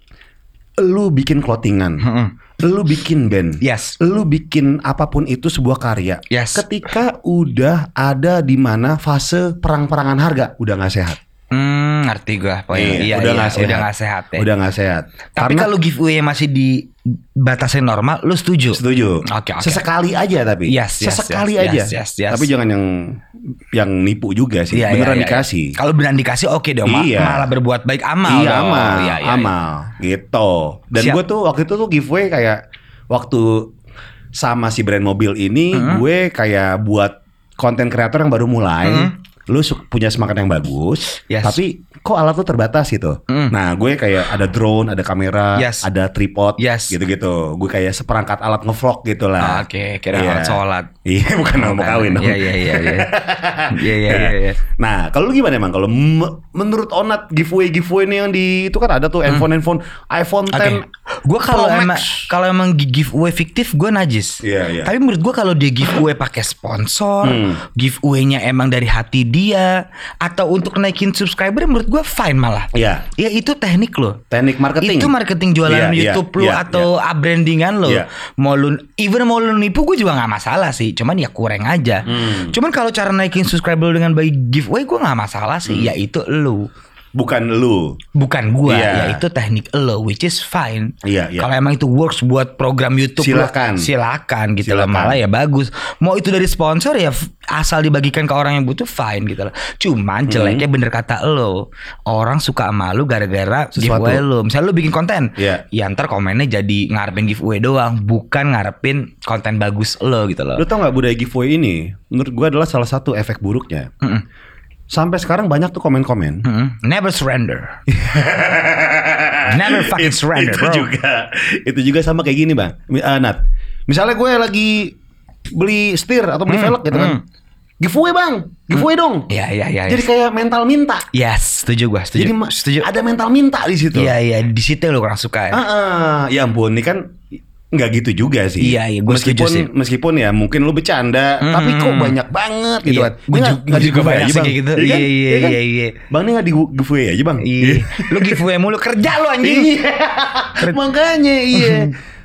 Lu bikin clothingan,
Mm-mm.
lu bikin band.
Hmm. Yes.
Lu bikin apapun itu sebuah karya.
Yes.
Ketika udah ada di mana fase perang-perangan harga, udah nggak sehat.
Hmm, ngerti gue. Poin. Iya,
udah
iya,
nggak sehat.
Udah nggak sehat ya.
Udah nggak sehat.
Tapi kalau giveaway masih di batasnya normal, lu setuju?
setuju.
Oke, oke.
Sesekali aja tapi.
Yes, yes,
Sesekali
yes,
aja.
yes, yes, yes.
Tapi jangan yang yang nipu juga sih.
Iya,
Beneran
iya, iya.
dikasih.
Kalau beneran dikasih oke dong, Ma-
Iya.
malah berbuat baik amal.
iya
dong.
amal,
Iya, iya,
amal gitu. Dan
Siap.
gue tuh waktu itu tuh giveaway kayak waktu
Mm-hmm.
sama si brand mobil ini, gue kayak buat konten kreator yang baru mulai. lu su- punya semangat yang bagus,
Mm-hmm. Yes.
tapi kok alat lu terbatas gitu.
Mm.
Nah, gue kayak ada drone, ada kamera,
Yes.
ada tripod,
Yes. Ah,
gitu-gitu. Gue kayak seperangkat alat ngevlog gitu lah.
Oke, kira
Iya.
alat sholat.
Iya, bukan mau kawin. dong.
Iya iya iya iya. Iya iya iya, iya.
Nah, kalau lu gimana emang? Kalau me- menurut Onat giveaway giveaway nih yang di itu kan ada tuh handphone handphone iPhone 10.
Hmm. Oke. Gua kalau
Pro Max.
emang kalau emang giveaway fiktif gue najis.
Iya, iya.
Tapi menurut gua kalau dia giveaway pakai sponsor,
Hmm.
giveaway-nya emang dari hati dia atau untuk naikin subscriber menurut gua fine malah.
Iya.
Ya itu teknik loh.
Teknik marketing.
Itu marketing jualan
Iya, iya,
YouTube lu
iya,
atau brandingan lo.
Iya.
Mau lu even mau lu nipu gue juga nggak masalah sih. Cuman ya kurang aja.
Hmm.
Cuman kalau cara naikin subscriber lu dengan bagi giveaway gue nggak masalah sih.
Hmm.
Ya itu lu.
bukan lu.
Bukan gua,
Iya.
ya itu teknik lo, which is fine.
Iya, iya.
Kalau emang itu works buat program YouTube, lu,
Silakan.
silakan gitu loh.
Silakan.
Malah ya bagus. Mau itu dari sponsor ya f- asal dibagikan ke orang yang butuh fine gitu loh. Cuman
Hmm.
jeleknya bener kata lo, orang suka sama lu gara-gara
Sesuatu.
giveaway lo. Misalnya lu bikin konten,
Iya.
ya ntar komennya jadi ngarepin giveaway doang, bukan ngarepin konten bagus lo gitu loh.
Lu tau nggak budaya giveaway ini? Menurut gua adalah salah satu efek buruknya.
Mm-mm.
Sampai sekarang banyak tuh komen-komen.
Mm-mm. Hmm, Never surrender. Never fucking surrender,
itu
bro.
juga, itu juga sama kayak gini bang. Mi- eh, Nat, misalnya gue lagi beli setir atau beli
Hmm,
velg gitu kan,
hmm.
giveaway bang, giveaway dong.
Iya, iya, iya.
Jadi kayak mental minta.
Yes, setuju gua, Iya, setuju.
Jadi ma- ada mental minta di situ.
Iya iya di situ lo kurang suka ya.
Ah, ah. ya ampun, ini kan nggak gitu juga sih.
Iya, iya, gua setuju
meskipun
sih.
meskipun ya mungkin lu bercanda,
Mm,
tapi kok
mm, mm.
banyak banget gitu
Iya,
kan.
gua
Ini
ju-
nggak- nggak
gua juga
di-giveaway
banyak
aja,
sih
Bang.
kayak gitu.
kan?
Iya, iya,
kan?
iya, iya.
Bang ini nggak di giveaway aja bang.
Iya. lu giveaway mulu kerja lu anjing.
Iya. Makanya iya.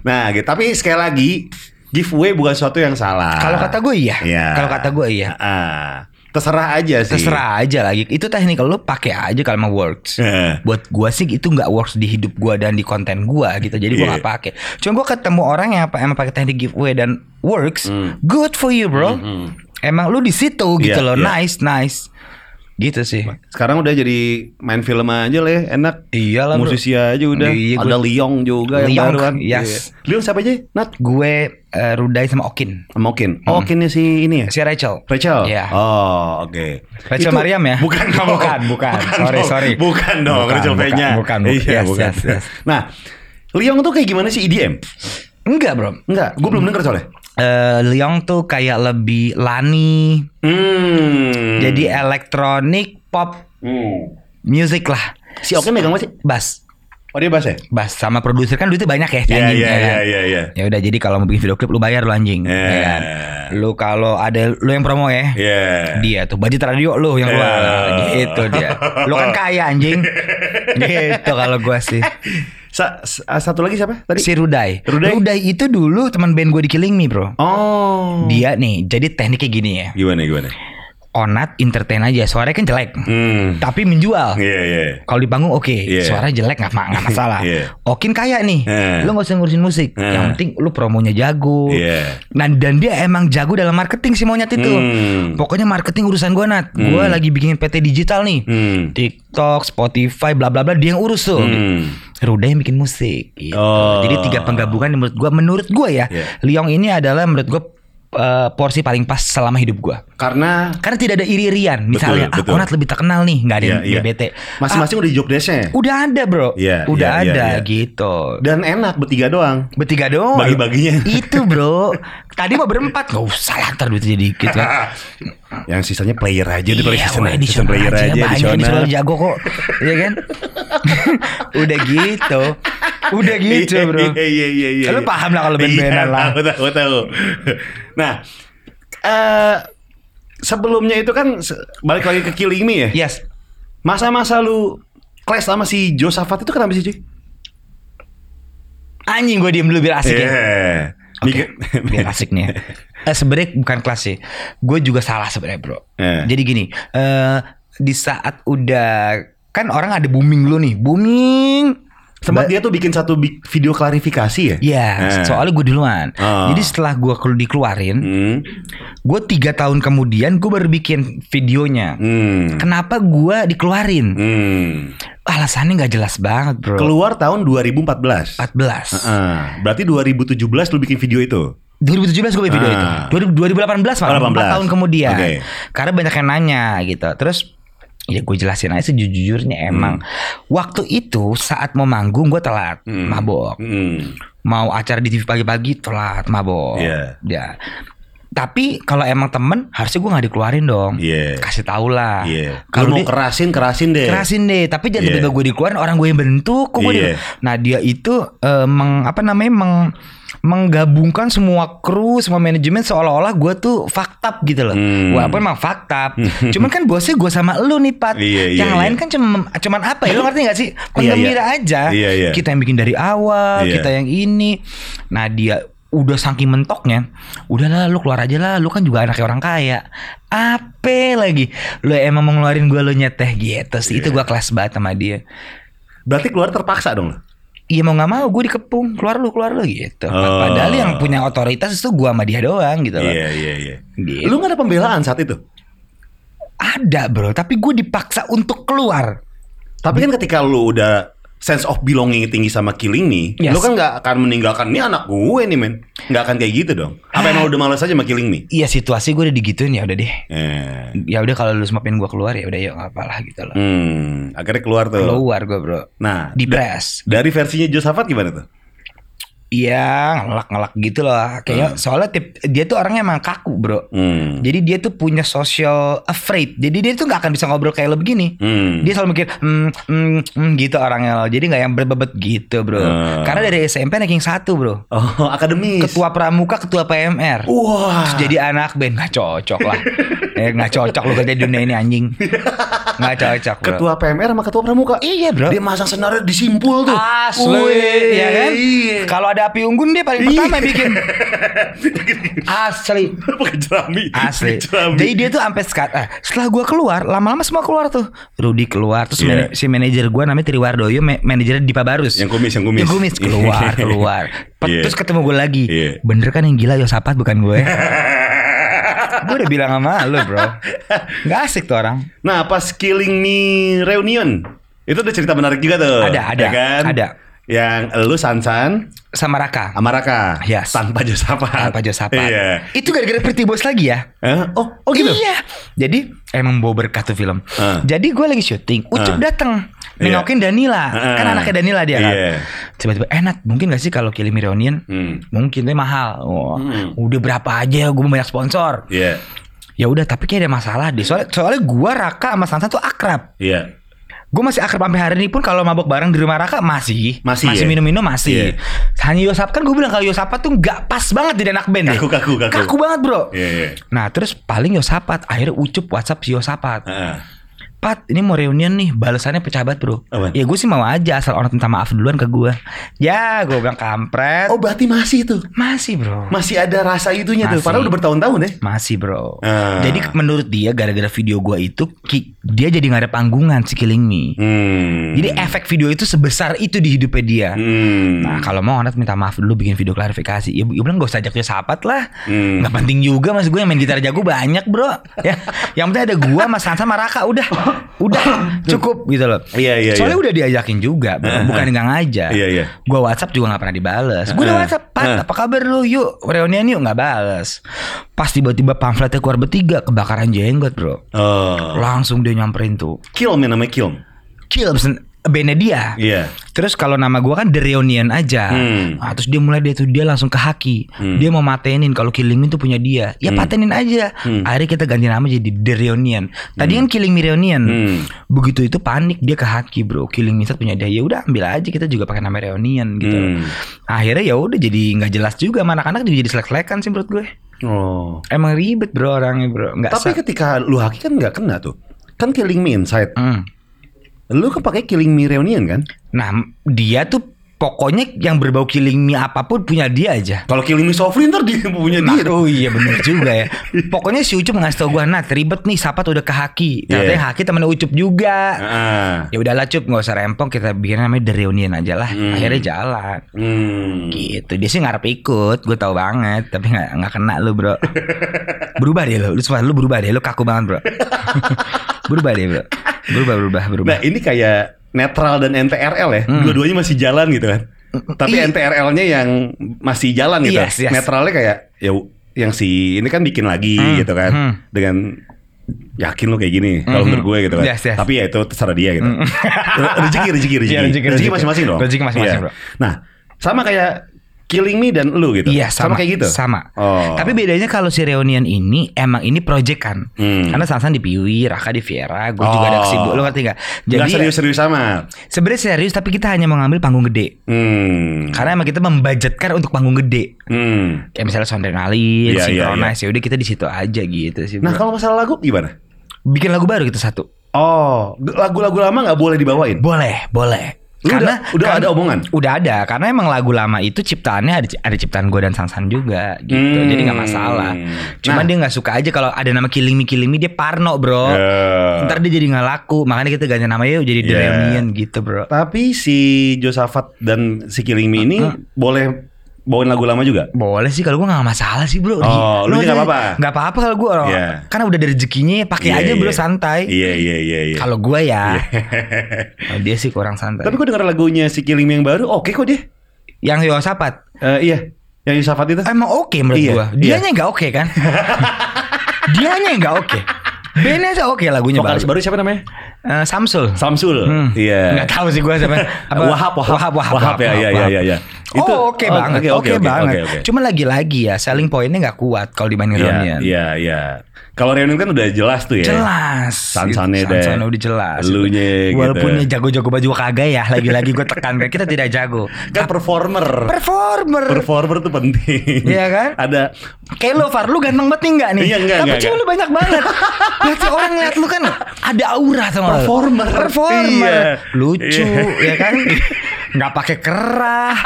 Nah, gitu. tapi sekali lagi giveaway bukan sesuatu yang salah.
Kalau kata gue iya.
Iya.
Kalau kata gue iya.
Ah, terserah aja sih.
Terserah aja lagi. Itu teknik lu pakai aja kalau mau works.
Heeh.
Buat gua sih itu nggak works di hidup gua dan di konten gua gitu. Jadi
Iya.
gua nggak pakai. Cuma gua ketemu orang yang apa emang pakai teknik giveaway dan works.
Hmm.
Good for you, bro. Emang lu di situ
Iya,
gitu loh.
iya.
Nice, nice. Gitu sih.
Sekarang udah jadi main film aja lah ya, enak.
Iyalah, Iya bro.
Musisi aja udah.
Iya,
Ada
gua-
Liong juga yang
Liong,
baru kan.
yes.
Iya. Liong siapa aja? Nat.
Gue eh, Rudai sama Okin.
Mokin. Oh, Okinnya si ini ya.
Si Rachel.
Rachel.
Iya.
Oh, oke. Itu-
Rachel Mariam ya?
Bukan dong.
Bukan, bukan. Sorry,
dong.
sorry.
Bukan dong,
Bukan,
Rachel
bukan,
V-nya.
bukan, bukan.
Iya,
Yes,
bukan.
yes, yes.
Nah, Liong tuh kayak gimana sih EDM?
Enggak, Bro.
Enggak, gue belum denger soalnya.
eh Leong tuh kayak lebih lani,
Hmm.
jadi elektronik pop
Hmm.
music lah.
Si Oke megang apa sih?
Bass,
Oh dia bass ya?
bass sama produser kan duitnya banyak ya.
Iya,
anjing,
iya,
ya kan?
iya, iya, iya.
Ya udah jadi kalau mau bikin video klip lu bayar lu anjing. ya
Yeah.
kan? Lu kalau ada lu yang promo ya.
Iya.
Dia tuh budget radio lu yang keluar
Yeah.
gitu dia. Lu kan kaya anjing. gitu kalau gua sih.
Sa- sa- satu lagi siapa tadi?
Si Rudai.
Rudai?
itu dulu teman band gue di Killing Me, Bro.
Oh.
Dia nih, jadi tekniknya gini ya.
Gimana gimana?
Onat entertain aja, suaranya kan jelek.
Hmm.
Tapi menjual.
Iya, iya.
Kalau di panggung oke,
Iya.
suara jelek nggak ma- nggak masalah.
Iya.
Okin kaya nih,
Eh.
lu nggak usah ngurusin musik.
Eh.
Yang penting lu promonya jago.
Iya.
Nah dan dia emang jago dalam marketing si monyet itu.
Hmm.
Pokoknya marketing urusan gua Nat. Gua lagi bikin PT digital nih.
Hmm.
TikTok, Spotify, bla bla bla dia yang urus tuh.
Hmm.
Ruda yang bikin musik. Gitu.
Oh.
Jadi tiga penggabungan yang menurut gua menurut gua ya,
Iya.
Liong ini adalah menurut gua eh, porsi paling pas selama hidup gua.
Karena
Karena tidak ada iri-irian Misalnya
Betul, betul.
Ah Onat lebih terkenal nih Gak ada yang
Iya, iya.
bete
masing-masing udah di job desk-nya.
Ah, Udah ada bro
Iya,
Udah
iya, iya,
ada
iya.
gitu
Dan enak bertiga doang.
Bertiga doang
Bagi-baginya.
Itu bro Tadi mau berempat Gak usah lah Ntar duitnya dikit kan
Yang sisanya player aja di
Iya,
PlayStation
wah,
aja,
additional
player aja,
banyak
additional.
additional jago kok, Iya kan? Udah gitu, udah gitu
Iya,
bro.
Iya iya iya iya.
Lu paham lah kalau band-bandan lah.
Tahu tahu tahu. Nah, eh sebelumnya itu kan se- balik lagi ke Killing Me ya.
Yes,
Masa-masa lu clash sama si Josafat itu kenapa sih, Cuy?
anjing gue diem dulu biar asik
Iya.
ya.
Yeah.
Oke, biar asik nih. Ya. Eh, sebenarnya bukan kelas sih. Gue juga salah sebenarnya bro.
Eh.
Jadi gini, eh di saat udah kan orang ada booming dulu nih, booming.
Sempat
Ba-
dia tuh bikin satu bi- video klarifikasi ya?
Ya,
Eh.
soalnya gue duluan.
Oh.
Jadi setelah gue dikeluarin,
Hmm.
gue tiga tahun kemudian gue baru bikin videonya.
Hmm.
Kenapa gue dikeluarin?
Hmm.
Alasannya nggak jelas banget bro.
Keluar tahun 2014.
14.
Ah, berarti 2017 lu bikin video itu.
2017 gue punya video
Ah.
itu. 2018 malah
2018.
4 tahun kemudian.
Oke.
Karena banyak yang nanya gitu. Terus ya gue jelasin aja sejujurnya emang waktu itu saat mau manggung gue telat
Hmm.
mabok.
Hmm.
Mau acara di TV pagi-pagi telat mabok.
Iya.
Ya. Tapi kalau emang temen harusnya gue nggak dikeluarin dong.
Iya.
Kasih tau lah.
Iya. Kalau
Kalau
mau
dia-
kerasin kerasin deh.
kerasin deh tapi jangan
Iya.
tiba-tiba gue dikeluarin orang gue yang bentuk kok gue
Iya.
di- nah dia itu eh, meng apa namanya meng menggabungkan semua kru semua manajemen seolah-olah gue tuh faktap gitu loh
Hmm.
gue apa emang faktap cuman kan bosnya gue sama lu nih pat
Iya, iya,
yang lain
iya.
kan cuman cuman apa ya lu ngerti gak sih
Iya,
penggembira
iya.
aja
Iya, iya.
kita yang bikin dari awal
Iya.
kita yang ini nah dia udah saking mentoknya udahlah lu keluar aja lah lu kan juga anaknya orang kaya apa lagi lu emang mau ngeluarin gue lu nyeteh gitu sih
Iya.
itu gua kelas banget sama dia
Berarti keluar terpaksa dong. lo?
Iya mau nggak mau gue dikepung keluar lu keluar lu gitu.
Oh.
Padahal yang punya otoritas itu gua sama dia doang gitu loh.
Iya iya iya.
Gitu.
Lu nggak ada pembelaan saat itu.
Ada bro, tapi gue dipaksa untuk keluar.
Tapi kan ketika lu udah sense of belonging tinggi sama killing nih,
Yes.
lu kan nggak akan meninggalkan nih anak gue nih men. Nggak akan kayak gitu dong. Apa emang udah malas aja sama killing me?
Iya situasi gue udah digituin ya udah deh.
Eh.
Ya udah kalau lu semua pengen gue keluar ya udah yuk nggak apalah gitu loh.
Hmm, akhirnya keluar tuh.
Keluar gue bro.
Nah,
Di press.
dari versinya Josafat gimana tuh?
Iya ngelak-ngelak gitu loh. Kayaknya soalnya tip, dia tuh orangnya emang kaku bro.
Hmm.
Jadi dia tuh punya social afraid. Jadi dia tuh nggak akan bisa ngobrol kayak lo begini.
Hmm.
Dia selalu mikir hmm, hmm, hmm, gitu orangnya loh. Jadi nggak yang berbebet gitu bro.
Hmm.
Karena dari SMP ranking satu bro.
Oh, akademis.
Ketua Pramuka, ketua PMR.
Wah.
Terus jadi anak band nggak cocok lah. eh nggak cocok lu kerja di dunia ini anjing. Nggak cocok bro.
ketua PMR sama ketua pramuka.
Iya bro.
Dia masang senarnya disimpul tuh.
Asli,
Wih,
ya kan?
Iya.
Kalau ada api unggun dia paling pertama yang bikin. Asli.
Pakai jerami. Pakai
Asli.
jerami.
Jadi dia tuh sampai sekarang. eh, setelah gua keluar, lama-lama semua keluar tuh. Rudi keluar, terus
Iya.
mana- si manajer gua namanya Triwardoyo, ma- manajernya Dipa Barus.
Yang kumis, yang kumis.
Yang kumis keluar, keluar. Pet-
Iya.
Terus ketemu gua lagi.
Iya.
Bener kan yang gila Yosapat bukan gue? gue udah bilang sama lu bro, nggak asik tuh orang.
Nah, pas Killing Me Reunion, itu ada cerita menarik juga tuh.
Ada, ada,
ya kan?
ada.
Yang lu Sansan
Sama Raka.
sama Raka
Yes.
tanpa Josafat.
Tanpa Josapat.
Iya.
Itu gara-gara Pretty Boys lagi ya?
Eh, Oh, oh gitu.
Iya. Jadi emang bawa berkah tuh film.
Ah.
Jadi gue lagi syuting, Ucup
Ah.
datang
Iya.
nengokin Danila, kan
Ah.
anaknya Danila dia kan.
Iya.
Tiba-tiba enak, mungkin gak sih kalau Kill Me Reunion?
Hmm.
Mungkin tapi mahal. Wah,
Hmm.
Udah berapa aja gue banyak sponsor.
Iya.
Ya udah, tapi kayak ada masalah deh. Soalnya soalnya gue Raka sama Sansan tuh akrab.
Iya.
Gue masih akrab sampai hari ini pun kalau mabok bareng di rumah Raka masih
Masih ya?
minum-minum
Iya.
masih. Hanya Yosap kan gue bilang kalau Yosapa tuh nggak pas banget jadi anak band. deh.
Kaku, kaku, kaku.
Kaku banget bro.
Iya, iya.
Nah terus paling Yosapat Akhirnya ucup whatsapp si Yosapat
Heeh.
Pat ini mau reunian nih Balasannya pecah banget bro
Apaan?
Ya gue sih mau aja Asal orang minta maaf duluan ke gue Ya gue bilang kampret
Oh, berarti masih itu.
Masih bro
Masih ada rasa itunya tuh.
Masih.
Padahal udah bertahun-tahun ya.
Masih bro
Ah.
Jadi menurut dia Gara-gara video gue itu ki- Dia jadi gak ada panggungan Si Killing Me
Hmm.
Jadi efek video itu sebesar itu di hidupnya dia
Hmm.
Nah kalau mau Onat minta maaf dulu bikin video klarifikasi Ya gue bilang gak usah ajak Yosapat lah
Hmm.
Gak penting juga mas gue yang main gitar jago banyak bro ya, Yang penting ada gue mas Sansa sama Raka udah Udah cukup gitu loh
Iya, iya,
Soalnya
iya.
udah diajakin juga bro. Bukan nggak ngajak
Iya, iya.
Gue whatsapp juga gak pernah dibales Gue udah
Eh,
whatsapp Pat
eh.
apa kabar lu yuk Reunian yuk gak bales Pas tiba-tiba pamfletnya keluar bertiga Kebakaran jenggot bro
Oh.
Langsung dia nyamperin tuh
Kilm ya namanya Kilm.
Kill pesen- bandnya dia
Iya.
Terus kalau nama gua kan The Reunion aja.
Hmm.
Nah, terus dia mulai dia tuh dia langsung ke Haki. Dia mau matenin kalau Killing Me itu punya dia. Ya
Hmm.
patenin aja. Akhirnya kita ganti nama jadi The Reunion. Tadi kan Killing Me Reunion.
Hmm.
Begitu itu panik dia ke Haki, Bro. Killing Me satu punya dia. Ya udah ambil aja kita juga pakai nama Reunion gitu.
Hmm.
Akhirnya ya udah jadi nggak jelas juga sama anak-anak juga jadi selek-selekan sih menurut gue.
Oh.
Emang ribet bro orangnya bro. Nggak
Tapi
sa-
ketika lu haki kan nggak kena tuh. Kan Killing Me Inside.
Hmm.
Lu kan pakai Killing Me Reunion kan?
Nah, dia tuh pokoknya yang berbau Killing Me apapun punya dia aja.
Kalau Killing Me Softly ntar dia punya
Nah,
dia. dong.
oh iya bener juga ya. Pokoknya si Ucup ngasih tau gue Nat ribet nih Sapat udah ke Haki. Ternyata
Iya.
yang Haki temen Ucup juga.
Ah.
Ya udahlah Cup nggak usah rempong kita bikin namanya The Reunion aja lah.
Hmm.
Akhirnya jalan.
Hmm.
Gitu dia sih ngarep ikut, gue tahu banget, tapi nggak nggak kena lu bro. berubah deh lu, lu sumpah, lu berubah deh, lu kaku banget bro. berubah deh bro, berubah berubah berubah.
Nah ini kayak netral dan NTRL ya. Dua-duanya masih jalan gitu kan. Tapi
Hmm. Iya.
NTRL-nya yang masih jalan gitu.
Yes, yes.
Netralnya kayak ya w- yang si ini kan bikin lagi
Hmm,
gitu kan.
hmm.
Dengan yakin lu kayak gini kalau
Mhm.
menurut gue gitu kan.
Yes, yes. Hmm.
Tapi ya itu terserah dia gitu. Re- rezeki rezeki rezeki.
Iya, rezeki, rezeki.
masing-masing dong.
Rezeki masing-masing,
Iya.
bro.
Nah, sama kayak Killing Me dan lu gitu.
Iya sama,
kayak gitu.
Sama.
Oh.
Tapi bedanya kalau si reunion ini emang ini project kan.
Hmm.
Karena Sansan di Piwi, Raka di Viera, gue juga
Oh.
ada kesibuk. Lo ngerti gak?
Nggak
Jadi
serius-serius sama.
sebenarnya serius tapi kita hanya mengambil panggung gede.
Hmm.
Karena emang kita membajetkan untuk panggung gede.
Hmm.
Kayak misalnya sondenalin,
Iya, iya,
synchronize, yaudah kita di situ aja gitu sih.
Nah
bro.
kalau masalah lagu gimana?
bikin lagu baru kita satu.
Oh, lagu-lagu lama nggak boleh dibawain.
Boleh, boleh. kan
Lu udah- udah ada omongan?
Udah ada, karena emang lagu lama itu ciptaannya ada, ada ciptaan gue dan Sansan juga gitu.
Hmm.
Jadi nggak masalah. Cuman
Nah.
dia nggak suka aja kalau ada nama Killing Me Killing Me dia parno, Bro.
Eh.
Ntar dia jadi nggak laku, makanya kita ganti nama yuk jadi The
Yeah.
Reunion gitu, Bro.
Tapi si Josafat dan si Killing Me ini boleh bawain lagu lama juga.
Boleh sih kalau gue nggak masalah sih, Bro.
Oh, lu
aja-
nggak apa-apa?
Nggak apa-apa kalau gue orang.
Iya.
Karena udah ada rezekinya, pakai
Iya,
aja, Bro,
iya.
santai.
Iya iya iya iya.
Kalau gue ya, kalau dia sih kurang santai.
Tapi gue denger lagunya si Killing Me yang baru, oke kok dia.
yang Yosafat
Eh, iya, yang Josafat itu.
emang oke menurut
Iya,
gua.
iya.
Dianya nggak oke kan? Dianya nggak oke. Bandnya aja oke lagunya
Vokalis
baru.
baru siapa namanya?
Eh, Samsul.
Samsul.
Hmm.
Iya.
Nggak tahu sih gua siapa. Apa?
Wahab, Wahab,
Wahab, Wahab,
Wahab, ya,
Wahab,
ya,
Wahab.
ya, ya, ya.
oh oke banget, oke banget.
oke, oke.
Cuma lagi-lagi ya, selling pointnya nggak kuat kalau dibanding
Iya,
Reunion.
iya, iya. Kalau reunion kan udah jelas tuh ya.
Jelas.
Sansannya
Gitu.
deh.
Sansannya udah jelas.
Elunya gitu.
Walaupun ya jago-jago baju kagak ya, lagi-lagi gua tekan kita tidak jago.
Kan performer.
Performer.
Performer tuh penting.
Iya kan?
Ada
Kayak lo Far, lu ganteng banget nih enggak nih?
Iya, enggak,
Tapi
enggak,
cuma
enggak.
lu banyak banget. Berarti orang ngeliat lu kan ada aura sama lu.
Performer.
Performer.
Iya.
Lucu,
Iya.
ya kan? Enggak pakai kerah.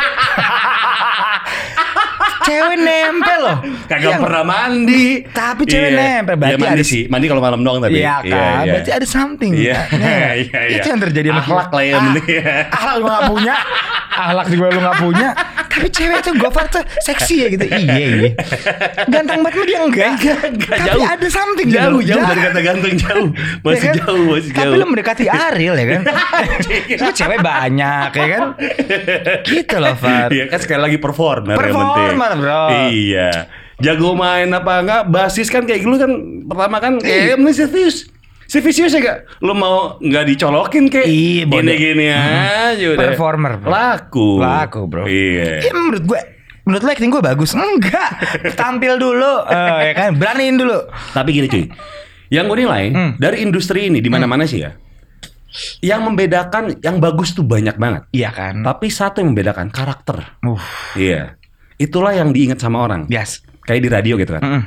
cewek nempel loh. Iya.
kagak
Yang-
pernah mandi.
Tapi cewek nempel,
Berarti
berarti
ya, mandi
ada-
sih. Mandi kalau malam doang tapi.
Iya kan, berarti ada something.
Iya,
Nah,
iya, iya.
Itu yang terjadi sama
Akhlak
kita.
lah ya,
Ah,
mending.
Akhlak lu gak punya, akhlak juga lu gak punya. Tapi cewek tuh gofar tuh seksi ya gitu. Iya, iya. Ganteng banget mah dia enggak.
Enggak
Tapi
jauh.
ada something gitu
jauh,
loh.
jauh dari kata ganteng jauh. Masih
Ya kan?
jauh, masih jauh.
Tapi lu mendekati Ariel ya kan. Lu cewek banyak ya kan. Gitu loh, Far.
Iya kan sekali lagi performer, yang
Performer,
penting.
bro.
Iya. Jago main apa enggak? Basis kan kayak dulu kan pertama kan
Iya.
kayak ini serius. Si Vicious ya gak? Lu mau nggak dicolokin kayak
Iya, bodoh.
gini-gini aja udah.
Performer, bro.
Laku.
Laku, bro.
Iya.
Ya, menurut gue Menurut lo acting gue bagus? Enggak Tampil dulu eh, ya kan? Beraniin dulu
Tapi gini cuy, yang gue nilai
Hmm.
dari industri ini di mana-mana sih ya, yang membedakan yang bagus tuh banyak banget.
Iya kan
Tapi satu yang membedakan karakter.
Uh,
Iya, itulah yang diingat sama orang.
yes.
Kayak di radio gitu kan.
Mm-mm.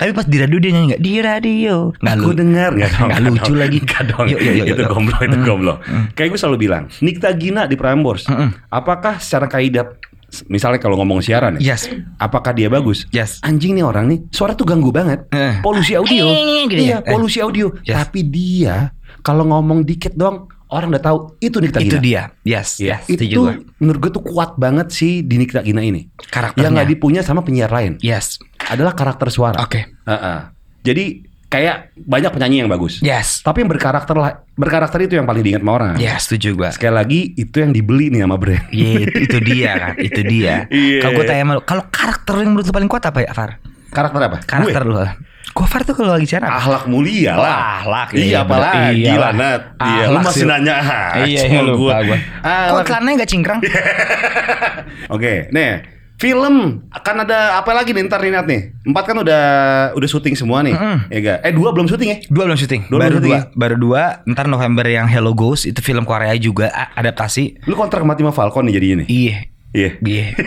Tapi pas di radio dia nyanyi nggak? Di radio. Hmm. Nggak
Aku
lu-
dengar nggak dong?
Nggak lucu lagi.
Nggak dong.
Yuk, yuk, yuk,
itu
yuk. Hmm.
gomblo, itu gomblo. Kayak gue selalu bilang, Nikta Gina di Prambors,
Hmm.
apakah secara kaidah, misalnya kalau ngomong siaran ya,
Yes.
apakah dia bagus?
Yes.
Anjing nih orang nih, suara tuh ganggu banget.
Eh.
Polusi audio.
Gitu
iya,
ya?
polusi audio.
Yes.
Tapi dia kalau ngomong dikit doang, orang udah tahu itu Nikta Gina.
Itu dia. Yes.
Iya.
Yes.
itu
Setuju gue.
menurut gue tuh kuat banget sih di Nikta Gina ini.
Karakternya.
Yang nggak dipunya sama penyiar lain
Yes.
adalah karakter suara.
Oke.
Heeh. Jadi kayak banyak penyanyi yang bagus.
Yes.
Tapi yang berkarakter lah, berkarakter itu yang paling diingat sama orang.
Yes. Setuju gue.
Sekali lagi itu yang dibeli nih sama brand.
Iya, itu- itu dia kan, itu dia.
Iya.
Kalau gue tanya sama lu, kalau karakter yang menurut lu paling kuat apa ya, Far?
Karakter apa?
Karakter
Gue.
lu. Gue Far tuh kalau lagi siaran.
Ahlak mulia lah.
Oh, ahlak,
Iya,
iya,
apalagi
bener. Iyalah.
lah Nat. Iya, lu
Ahlak
masih
sih. Iya,
nanya ah, sama gua. Ah, Iya.
gua. Kok
Ahlak.
celananya nggak cingkrang?
Oke, nih film akan ada apa lagi nih ntar nih Nat nih? Empat kan udah udah syuting semua nih, ya ga? Eh dua belum syuting ya?
Dua belum syuting.
Dua
baru
belum
dua. Baru dua. Ntar November yang Hello Ghost itu film Korea juga a- adaptasi.
Lu kontrak sama Timo Falcon nih jadi ini.
Iya.
Iya.
Iya.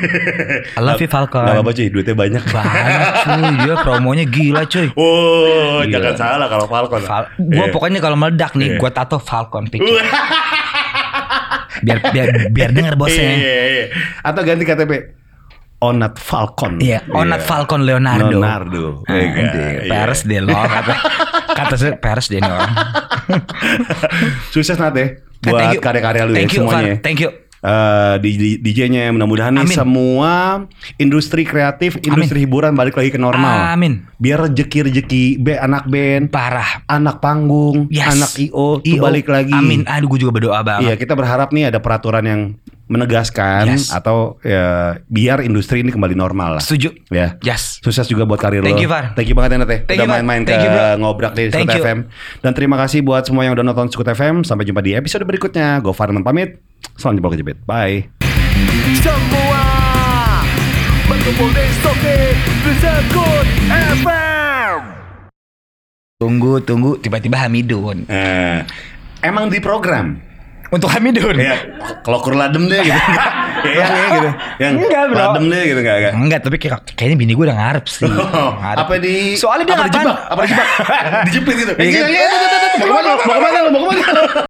I love you Falcon.
Gak apa-apa cuy, duitnya banyak.
Banyak cuy, dia promonya gila cuy.
Oh, jangan
Gila.
salah kalau Falcon.
Iya. Fal- gua
Iya.
pokoknya kalau meledak nih, gua tato Falcon picture. biar biar biar denger ya.
Iya,
bosnya.
iya, iya. Atau ganti KTP. Onat Falcon.
Iya, Onat Falcon Leonardo.
Leonardo.
Ah,
Iya,
deh,
iya.
Peres deh lo kata kata saya peres deh nih orang.
Sukses Nat ya
Eh, Thank
buat
you.
karya-karya lu ya,
Thank you, Far.
semuanya.
Thank you.
Eh, di di- DJ-nya mudah-mudahan nih
Amin.
semua industri kreatif, industri hiburan balik lagi ke normal.
Amin.
Biar rezeki-rezeki be anak band,
Parah.
anak panggung,
Yes.
anak IO, tuh balik lagi.
Amin. Aduh, gue juga berdoa banget.
Iya, kita berharap nih ada peraturan yang menegaskan
Yes.
atau ya, biar industri ini kembali normal lah.
Setuju.
Ya.
Yes.
Sukses juga buat karir
Thank
lo.
you, Far.
Thank you banget ya Nate.
Thank
udah
you, Far.
main-main ke
Thank you, bro.
ngobrak di Scoot
Thank you.
FM. Dan terima kasih buat semua yang udah nonton Scoot FM. Sampai jumpa di episode berikutnya. Gue Farman pamit. Salam jempol kejepit. Bye.
Semua berkumpul di Sokit di Sekut FM.
Tunggu, tunggu. Tiba-tiba Hamidun.
Eh, emang di program.
Untuk Hamidun.
Ya, kelokur ladem deh gitu. ya, yang ya gitu. Yang
Enggak, bro.
ladem deh gitu enggak enggak.
Enggak, tapi kayak, kayaknya bini gue udah ngarep sih. Ngarep.
apa di
Soalnya dia
apa
ngapain?
dijebak apa dijebak dijepit gitu
Iya, iya, iya, iya, iya, iya, iya,
mau kemana lo mau kemana lo mau kemana lo